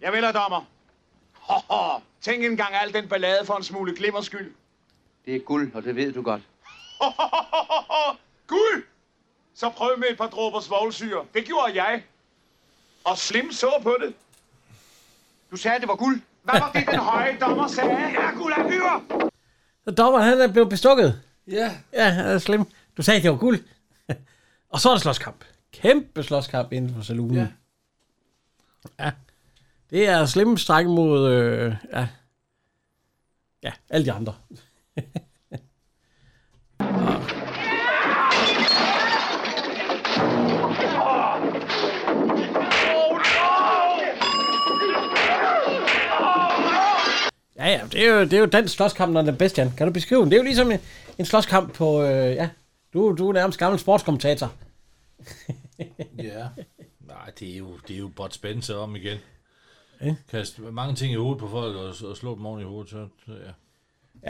S5: Jeg vil have dommer. Hoho, tænk engang al den ballade for en smule glimmers skyld.
S19: Det er guld, og det ved du godt.
S5: Hohohoho, Guld! Så prøv med et par dråber svovlsyre. Det gjorde jeg. Og Slim så på det.
S19: Du sagde, det var guld.
S5: Hvad var det, den høje dommer sagde? Ja, guld er hyre!
S2: så dommeren, han er blevet bestukket.
S3: Ja.
S2: Ja, han er slem. Du sagde, det var guld. og så er der slåskamp. Kæmpe slåskamp inden for saloonen. Ja. ja. Det er slem stræk mod... Øh, ja. ja, alle de andre. Ja, ja, det er jo, det er jo dansk slåskamp, når den er bedst, Jan. Kan du beskrive den? Det er jo ligesom en, en slåskamp på... Øh, ja, du, du er nærmest gammel sportskommentator.
S3: ja. Nej, det er jo, det er jo Bot Spencer om igen.
S2: Ja.
S3: Kaste mange ting i hovedet på folk og, og slå dem oven i hovedet. Så, så ja.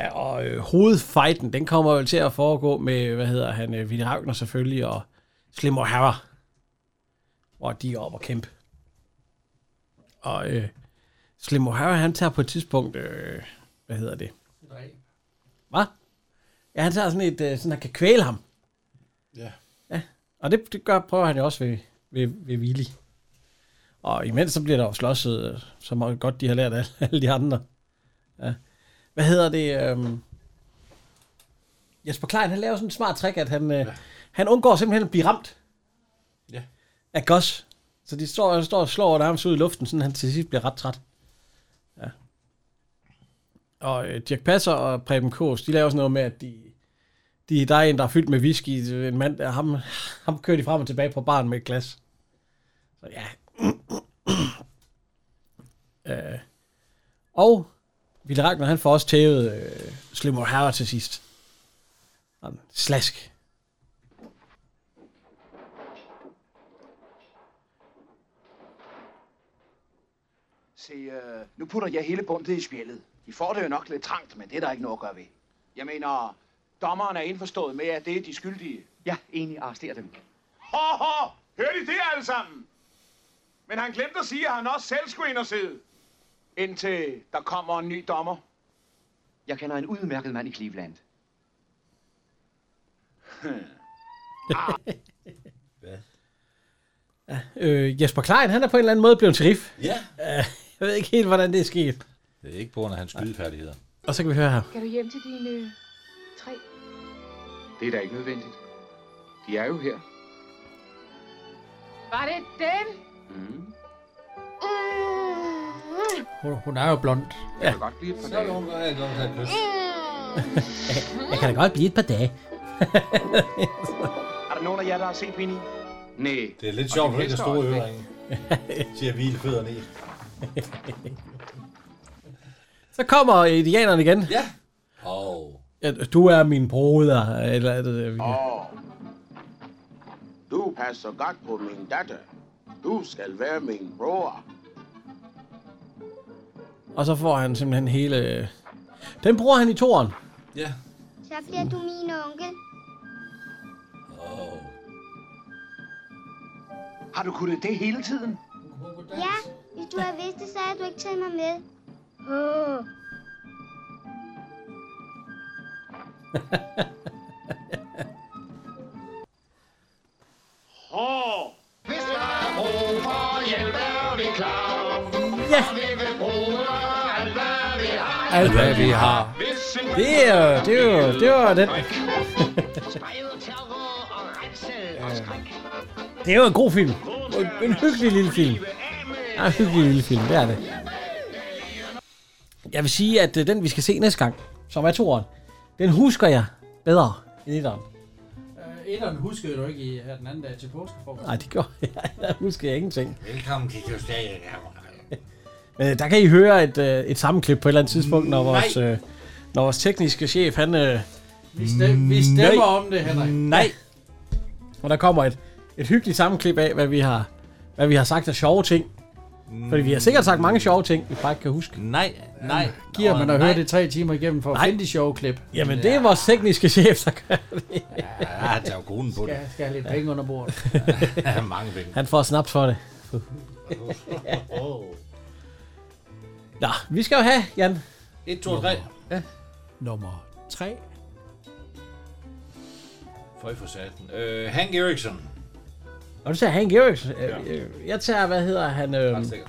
S2: Ja, og øh, hovedfighten, den kommer jo til at foregå med, hvad hedder han, øh, Vinnie Ragnar selvfølgelig, og Slim O'Hara. Og de er oppe og kæmpe. Og øh, Slim O'Hara, han tager på et tidspunkt, øh, hvad hedder det? Hvad? Ja, han tager sådan et, øh, sådan han kan kvæle ham.
S3: Ja.
S2: Ja, og det, det gør, prøver han jo også ved, ved, ved Willy. Og imens så bliver der jo slåsset, øh, så meget godt de har lært af alle de andre. Ja. Hvad hedder det? Øhm... Jesper Klein, han laver sådan en smart trick, at han, øh, ja. han undgår simpelthen at blive ramt
S3: Ja.
S2: af Goss. Så de står, står og slår nærmest ud i luften, sådan han til sidst bliver ret træt. Ja. og øh, Dirk Passer og Preben Kås, de laver sådan noget med, at de, de, der er en, der er fyldt med whisky, en mand, der, ham, ham kører de frem og tilbage på baren med et glas. Så ja. øh. Og Ville Ragnar, han får også tævet øh, Slim O'Hara til sidst. Han, slask.
S13: Se, øh, nu putter jeg hele bundet i spjældet. De får det jo nok lidt trangt, men det er der ikke noget at gøre ved. Jeg mener, dommeren er indforstået med, at det er de skyldige.
S19: Ja, enig, arrester dem.
S5: Ho, ho! Hør de det alle sammen? Men han glemte at sige, at han også selv skulle ind og sidde. Indtil der kommer en ny dommer.
S19: Jeg kender en udmærket mand i Cleveland.
S2: Øh, Jesper Klein, han er på en eller anden måde blevet til riff.
S3: Ja.
S2: Øh, jeg ved ikke helt, hvordan det er sket.
S3: Det er ikke på grund af hans skydefærdigheder.
S2: Og så kan vi høre her.
S14: Skal du hjem til dine øh, tre?
S9: Det er da ikke nødvendigt. De er jo her.
S14: Var det den?
S9: Mm.
S10: Øh,
S7: Hun, hun er jo blond.
S9: Ja. Godt blive et par dage.
S3: Nogen gange er jeg godt have et kys.
S2: Jeg kan da godt blive et par dage.
S13: Er der nogen af jer, der har set Winnie?
S9: Nej.
S3: Det er lidt
S13: Og
S3: sjovt,
S13: de
S3: for ikke
S13: fisker
S3: har store
S13: også, ikke?
S3: øreringe. Siger vi fødderne i.
S2: Så kommer indianerne igen.
S3: Ja. Åh.
S2: At Du er min broder, eller et eller andet.
S15: Åh. Du passer godt på min datter. Du skal være min bror.
S2: Og så får han simpelthen hele... Den bruger han i toren.
S3: Ja.
S10: Så bliver du min onkel.
S13: Har du kunnet det hele tiden?
S10: Ja, hvis du havde vidst det, så havde du ikke taget mig med. Åh.
S17: Hår! Hvis der er brug for hjælp, er vi klar.
S2: Ja.
S17: Vi vil bruge alt, hvad vi har.
S2: Alt, hvad vi har. Det er jo, det er jo, det var den. det er jo en god film. En- En hyggelig lille film. Ja, en hyggelig lille film, det er det. Jeg vil sige, at øh, den vi skal se næste gang, som er toeren, den husker jeg bedre end etteren.
S7: Øh, Etteren huskede du ikke i her den anden dag til påskefrokost.
S2: Nej, det gjorde jeg. Jeg husker ingenting.
S3: Velkommen til Kjøsdagen, kammerater.
S2: Men øh, der kan I høre et, øh, et sammenklip på et eller andet tidspunkt, når vores, øh, når vores tekniske chef, han... Øh,
S7: Vi, stem, vi stemmer
S2: Nej.
S7: om det, Henrik.
S2: Nej. Og der kommer et, et hyggeligt sammenklip af, hvad vi har, hvad vi har sagt af sjove ting. Fordi vi har sikkert sagt mange sjove ting, vi bare ikke kan huske.
S3: Nej, nej.
S7: Giver man
S2: Nå,
S7: at
S2: nej.
S7: høre det tre timer igennem for at
S2: Nej.
S7: finde de sjove klip.
S2: Jamen, det er vores tekniske chef, der gør det.
S3: Ja, han tager jo konen på det.
S7: Skal, skal have lidt penge under bordet.
S3: Ja, mange penge.
S2: Han får snaps for det. Nå, vi skal jo have, Jan.
S3: 1, 2, 3.
S2: Ja. Nummer 3.
S3: Føj for satan. Øh, Hank Erickson.
S2: Og du tager Hank Eriks. Øh, Jeg tager, hvad hedder han?
S7: Øhm.
S2: Øh,
S3: Ret sikkert.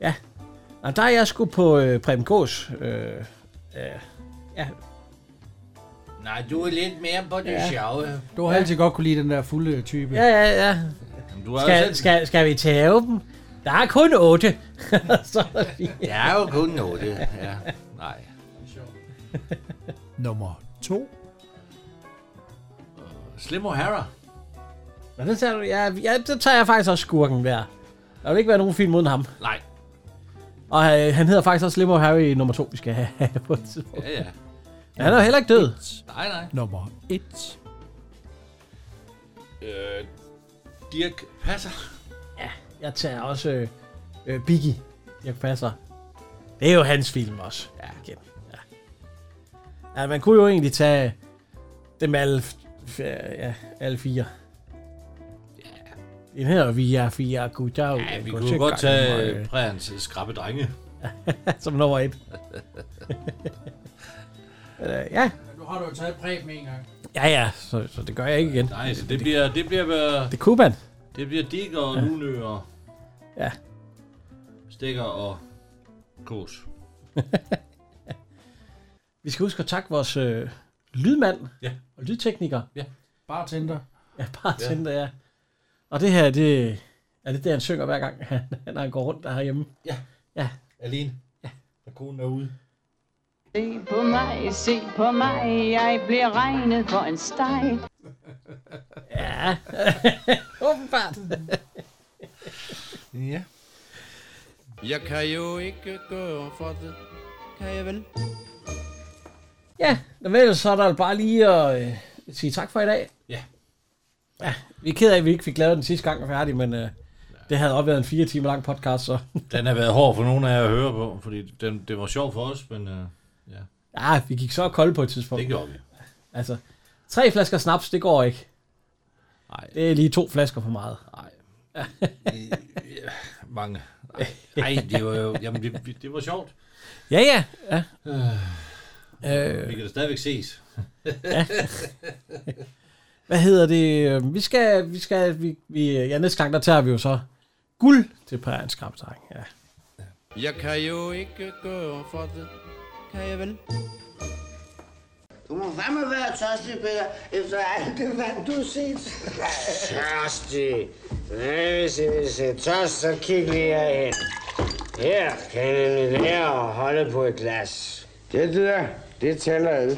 S2: ja. Og der er jeg sgu på øh, Preben Gås. Øh, øh, ja.
S3: Nej, du er lidt mere på det
S7: Ja.
S3: sjove.
S7: Du har altid godt kunne lide den der fulde type.
S2: Ja, ja, ja.
S3: Jamen, du er jo
S2: Skal,
S3: selv-
S2: skal, skal vi tage dem? Der er kun otte. Så er der fire.
S3: Der er jo kun noget. Ja. Nej.
S7: Nummer 2.
S3: Øh, Slim O'Hara.
S2: Nå, det tager du. Ja, ja, det tager jeg faktisk også skurken der. Der vil ikke være nogen film uden ham.
S3: Nej.
S2: Og øh, han hedder faktisk også Slim Harry nummer to, vi skal have på et tidspunkt.
S3: Ja, ja.
S2: Han er jo heller ikke død.
S3: Nej, nej.
S7: Nummer 1.
S3: Øh, Dirk Passer.
S2: Jeg tager også øh, øh, Biggie. Jeg passer. Det er jo hans film også. Ja. Igen. ja. ja man kunne jo egentlig tage dem alle, f- f- ja, alle fire. Ja. Den her vi er fire gutter.
S3: Ja, vi
S2: går
S3: kunne
S2: til
S3: godt
S2: gang, og,
S3: tage
S2: øh,
S3: Præhans skrappe drenge.
S2: Som nummer et. øh, ja.
S7: Nu har du jo taget præb med en gang.
S2: Ja, ja, så, så det gør jeg ikke igen.
S3: Nej, så det bliver, det bliver, øh,
S2: Det kunne man.
S3: det bliver Dirk og Lune og
S2: Ja.
S3: Stikker og Kås.
S2: Vi skal huske at takke vores øh, lydmand
S3: Ja.
S2: og lydtekniker.
S3: Ja.
S7: Bartender.
S2: Ja, bare ja. tænder ja. Og det her, det er det der, han synger hver gang, han, når han går rundt derhjemme.
S3: Ja.
S2: Ja.
S3: Alene. Ja. Og konen er ude.
S16: Se på mig, se på mig, jeg bliver regnet for en steg.
S2: Ja. Åbenbart.
S1: Ja.
S20: Jeg kan jo ikke gøre for det. Kan jeg vel?
S2: Ja, nå vel, så er der bare lige at øh, sige tak for i dag.
S3: Ja.
S2: Ja, vi er ked af, at vi ikke fik lavet den sidste gang færdig, men øh, det havde også været en fire timer lang podcast, så...
S3: Den har været hård for nogle af jer at høre på, fordi den, det var sjovt for os, men øh, ja.
S2: Ja, vi gik så kolde på et tidspunkt.
S3: Det gjorde vi.
S2: Altså, tre flasker snaps, det går ikke. Nej. Det er lige to flasker for meget. Nej.
S3: mange. Nej, det var jo, jamen det, det var sjovt.
S2: Ja, ja. ja.
S3: Øh. Vi kan da stadigvæk ses.
S2: ja. Hvad hedder det? øh, Vi skal, vi skal, vi, vi, ja, næste gang, der tager vi jo så guld til Pærens Kampsang. Ja.
S20: Jeg kan jo ikke gøre for det. Kan jeg vel?
S21: Du må fandme være tørstig, Peter, efter alt det vand, du har set.
S22: Tørstig. Hvad hvis I vil se tørst, så kig lige herhen. Her kan jeg nemlig lære at holde på et glas.
S21: Det der, det tæller alle.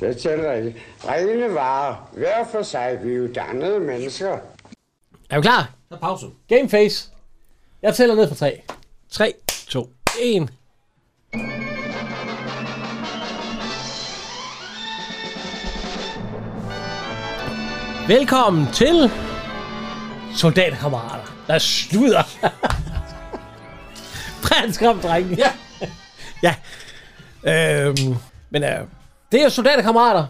S21: Det tæller alle. Rene varer, hver for sig, vi er jo dannede mennesker.
S2: Er du klar?
S3: Så pause.
S2: Game face. Jeg tæller ned fra 3. 3, 2, 1. Velkommen til soldatkammerater, der sluder. Prænskram, drenge. Ja. ja. Øhm, men øh, det er jo soldatkammerater,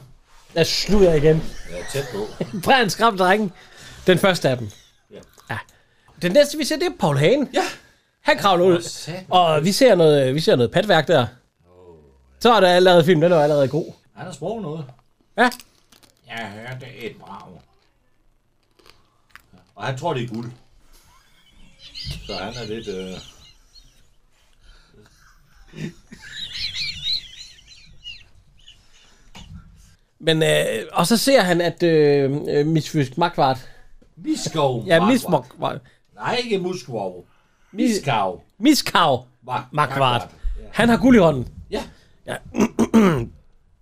S2: der sluder igen.
S3: Jeg er tæt på.
S2: Prænskram, drenge. Den første af dem.
S3: Ja.
S2: ja. Den næste, vi ser, det er Paul Hagen. Ja. Han kravler ud.
S3: satan.
S2: Og vi ser noget, vi ser noget patværk der. Så er der allerede film, den er jo allerede god.
S3: Han har sproget noget.
S2: Ja.
S3: Jeg hørte et brag. Og han tror, det er guld. Så han er lidt... Øh...
S2: Men, øh, og så ser han, at øh, øh, Miss Magvart...
S3: Miskov
S2: Ja, Miss Magvart.
S3: Nej, ikke Muskov. Miskav.
S2: Miskav Magvart. Han har guld i hånden.
S3: Ja.
S2: ja.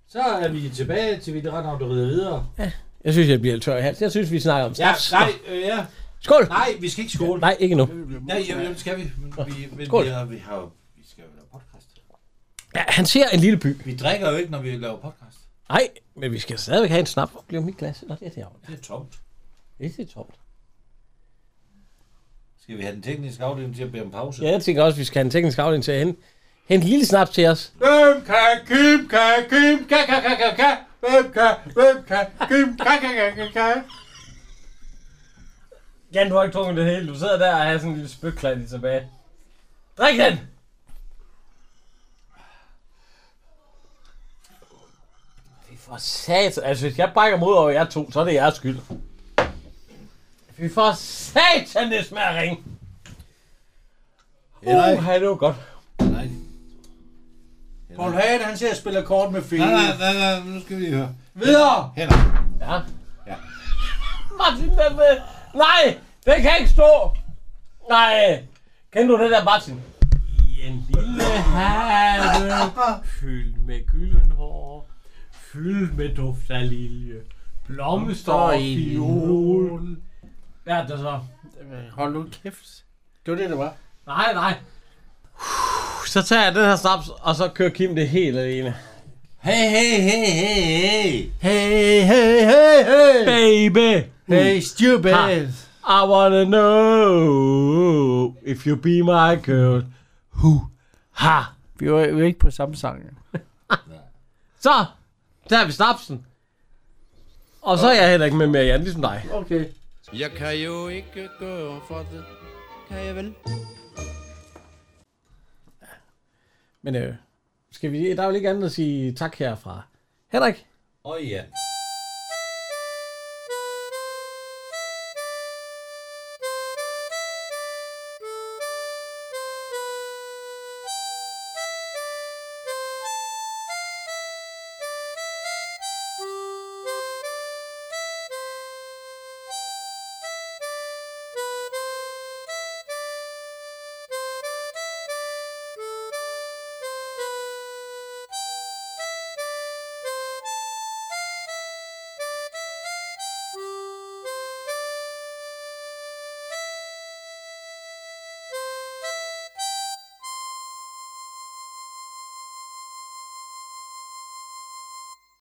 S3: Så er vi tilbage til veteranerne, der rider videre.
S2: Ja. Jeg synes, jeg bliver lidt tør i halsen. Jeg synes, vi snakker om
S3: Ja,
S2: snaps.
S3: nej, øh, ja.
S2: Skål!
S3: Nej, vi skal ikke skåle.
S2: Nej, ikke nu.
S3: Nej, jamen, jamen, skal vi. Men vi, men
S2: Skål.
S3: vi, har, vi, har, jo- vi skal jo lave podcast.
S2: Ja, han ser en lille by.
S3: Vi drikker jo ikke, når vi laver podcast.
S2: Nej, men vi skal stadigvæk have en snap. Hvor blev mit glas? Nå, det er derovre.
S3: Det er tomt.
S2: Det er tomt.
S3: Skal vi have den tekniske afdeling til at bede om pause?
S2: Ja, jeg tænker også, at vi skal have en teknisk afdeling til at hente. Hent en lille snaps til os.
S3: Hvem kan Kim, kan Kim, kan, kan, kan, kan, kan, hvem kan, hvem kan Kim, kan, kan, kan, kan, kan.
S2: Jan, du har ikke drukket det hele. Du sidder der og har sådan en lille spytklat i tilbage. Drik den! Fy for satan. Altså, hvis jeg bakker mod over jer to, så er det jeres skyld. Fy for satan, det smager ring. Uh, hej, det var godt.
S3: Paul Hagen, han ser og spiller kort med Fie.
S2: Nej, nej,
S3: nej, nej, nu skal vi høre.
S2: Videre!
S3: Hænder.
S2: Ja. Martin, den, øh, nej, den kan ikke stå. Nej, kender du det der, Martin? I en lille have, fyldt med gylden hår, fyldt med duft af lilje, blomster og fiol. Hvad er det så? Hold nu kæft.
S7: Det var det, det var.
S2: Nej, nej. Så tager jeg den her snaps, og så kører Kim det helt alene.
S3: Hey, hey, hey, hey, hey.
S7: Hey, hey, hey, hey.
S2: Baby.
S7: Hey, stupid.
S2: Ha. I wanna know if you be my girl. Who? Ha.
S7: Vi var jo ikke på samme sang.
S2: Så, der er vi snapsen. Og så er jeg heller ikke med mere, Jan, ligesom dig.
S7: Okay.
S20: Jeg kan jo ikke gøre for det. Kan jeg vel?
S2: Men øh, skal vi, der er vel ikke andet at sige tak herfra. Henrik?
S3: Åh ja.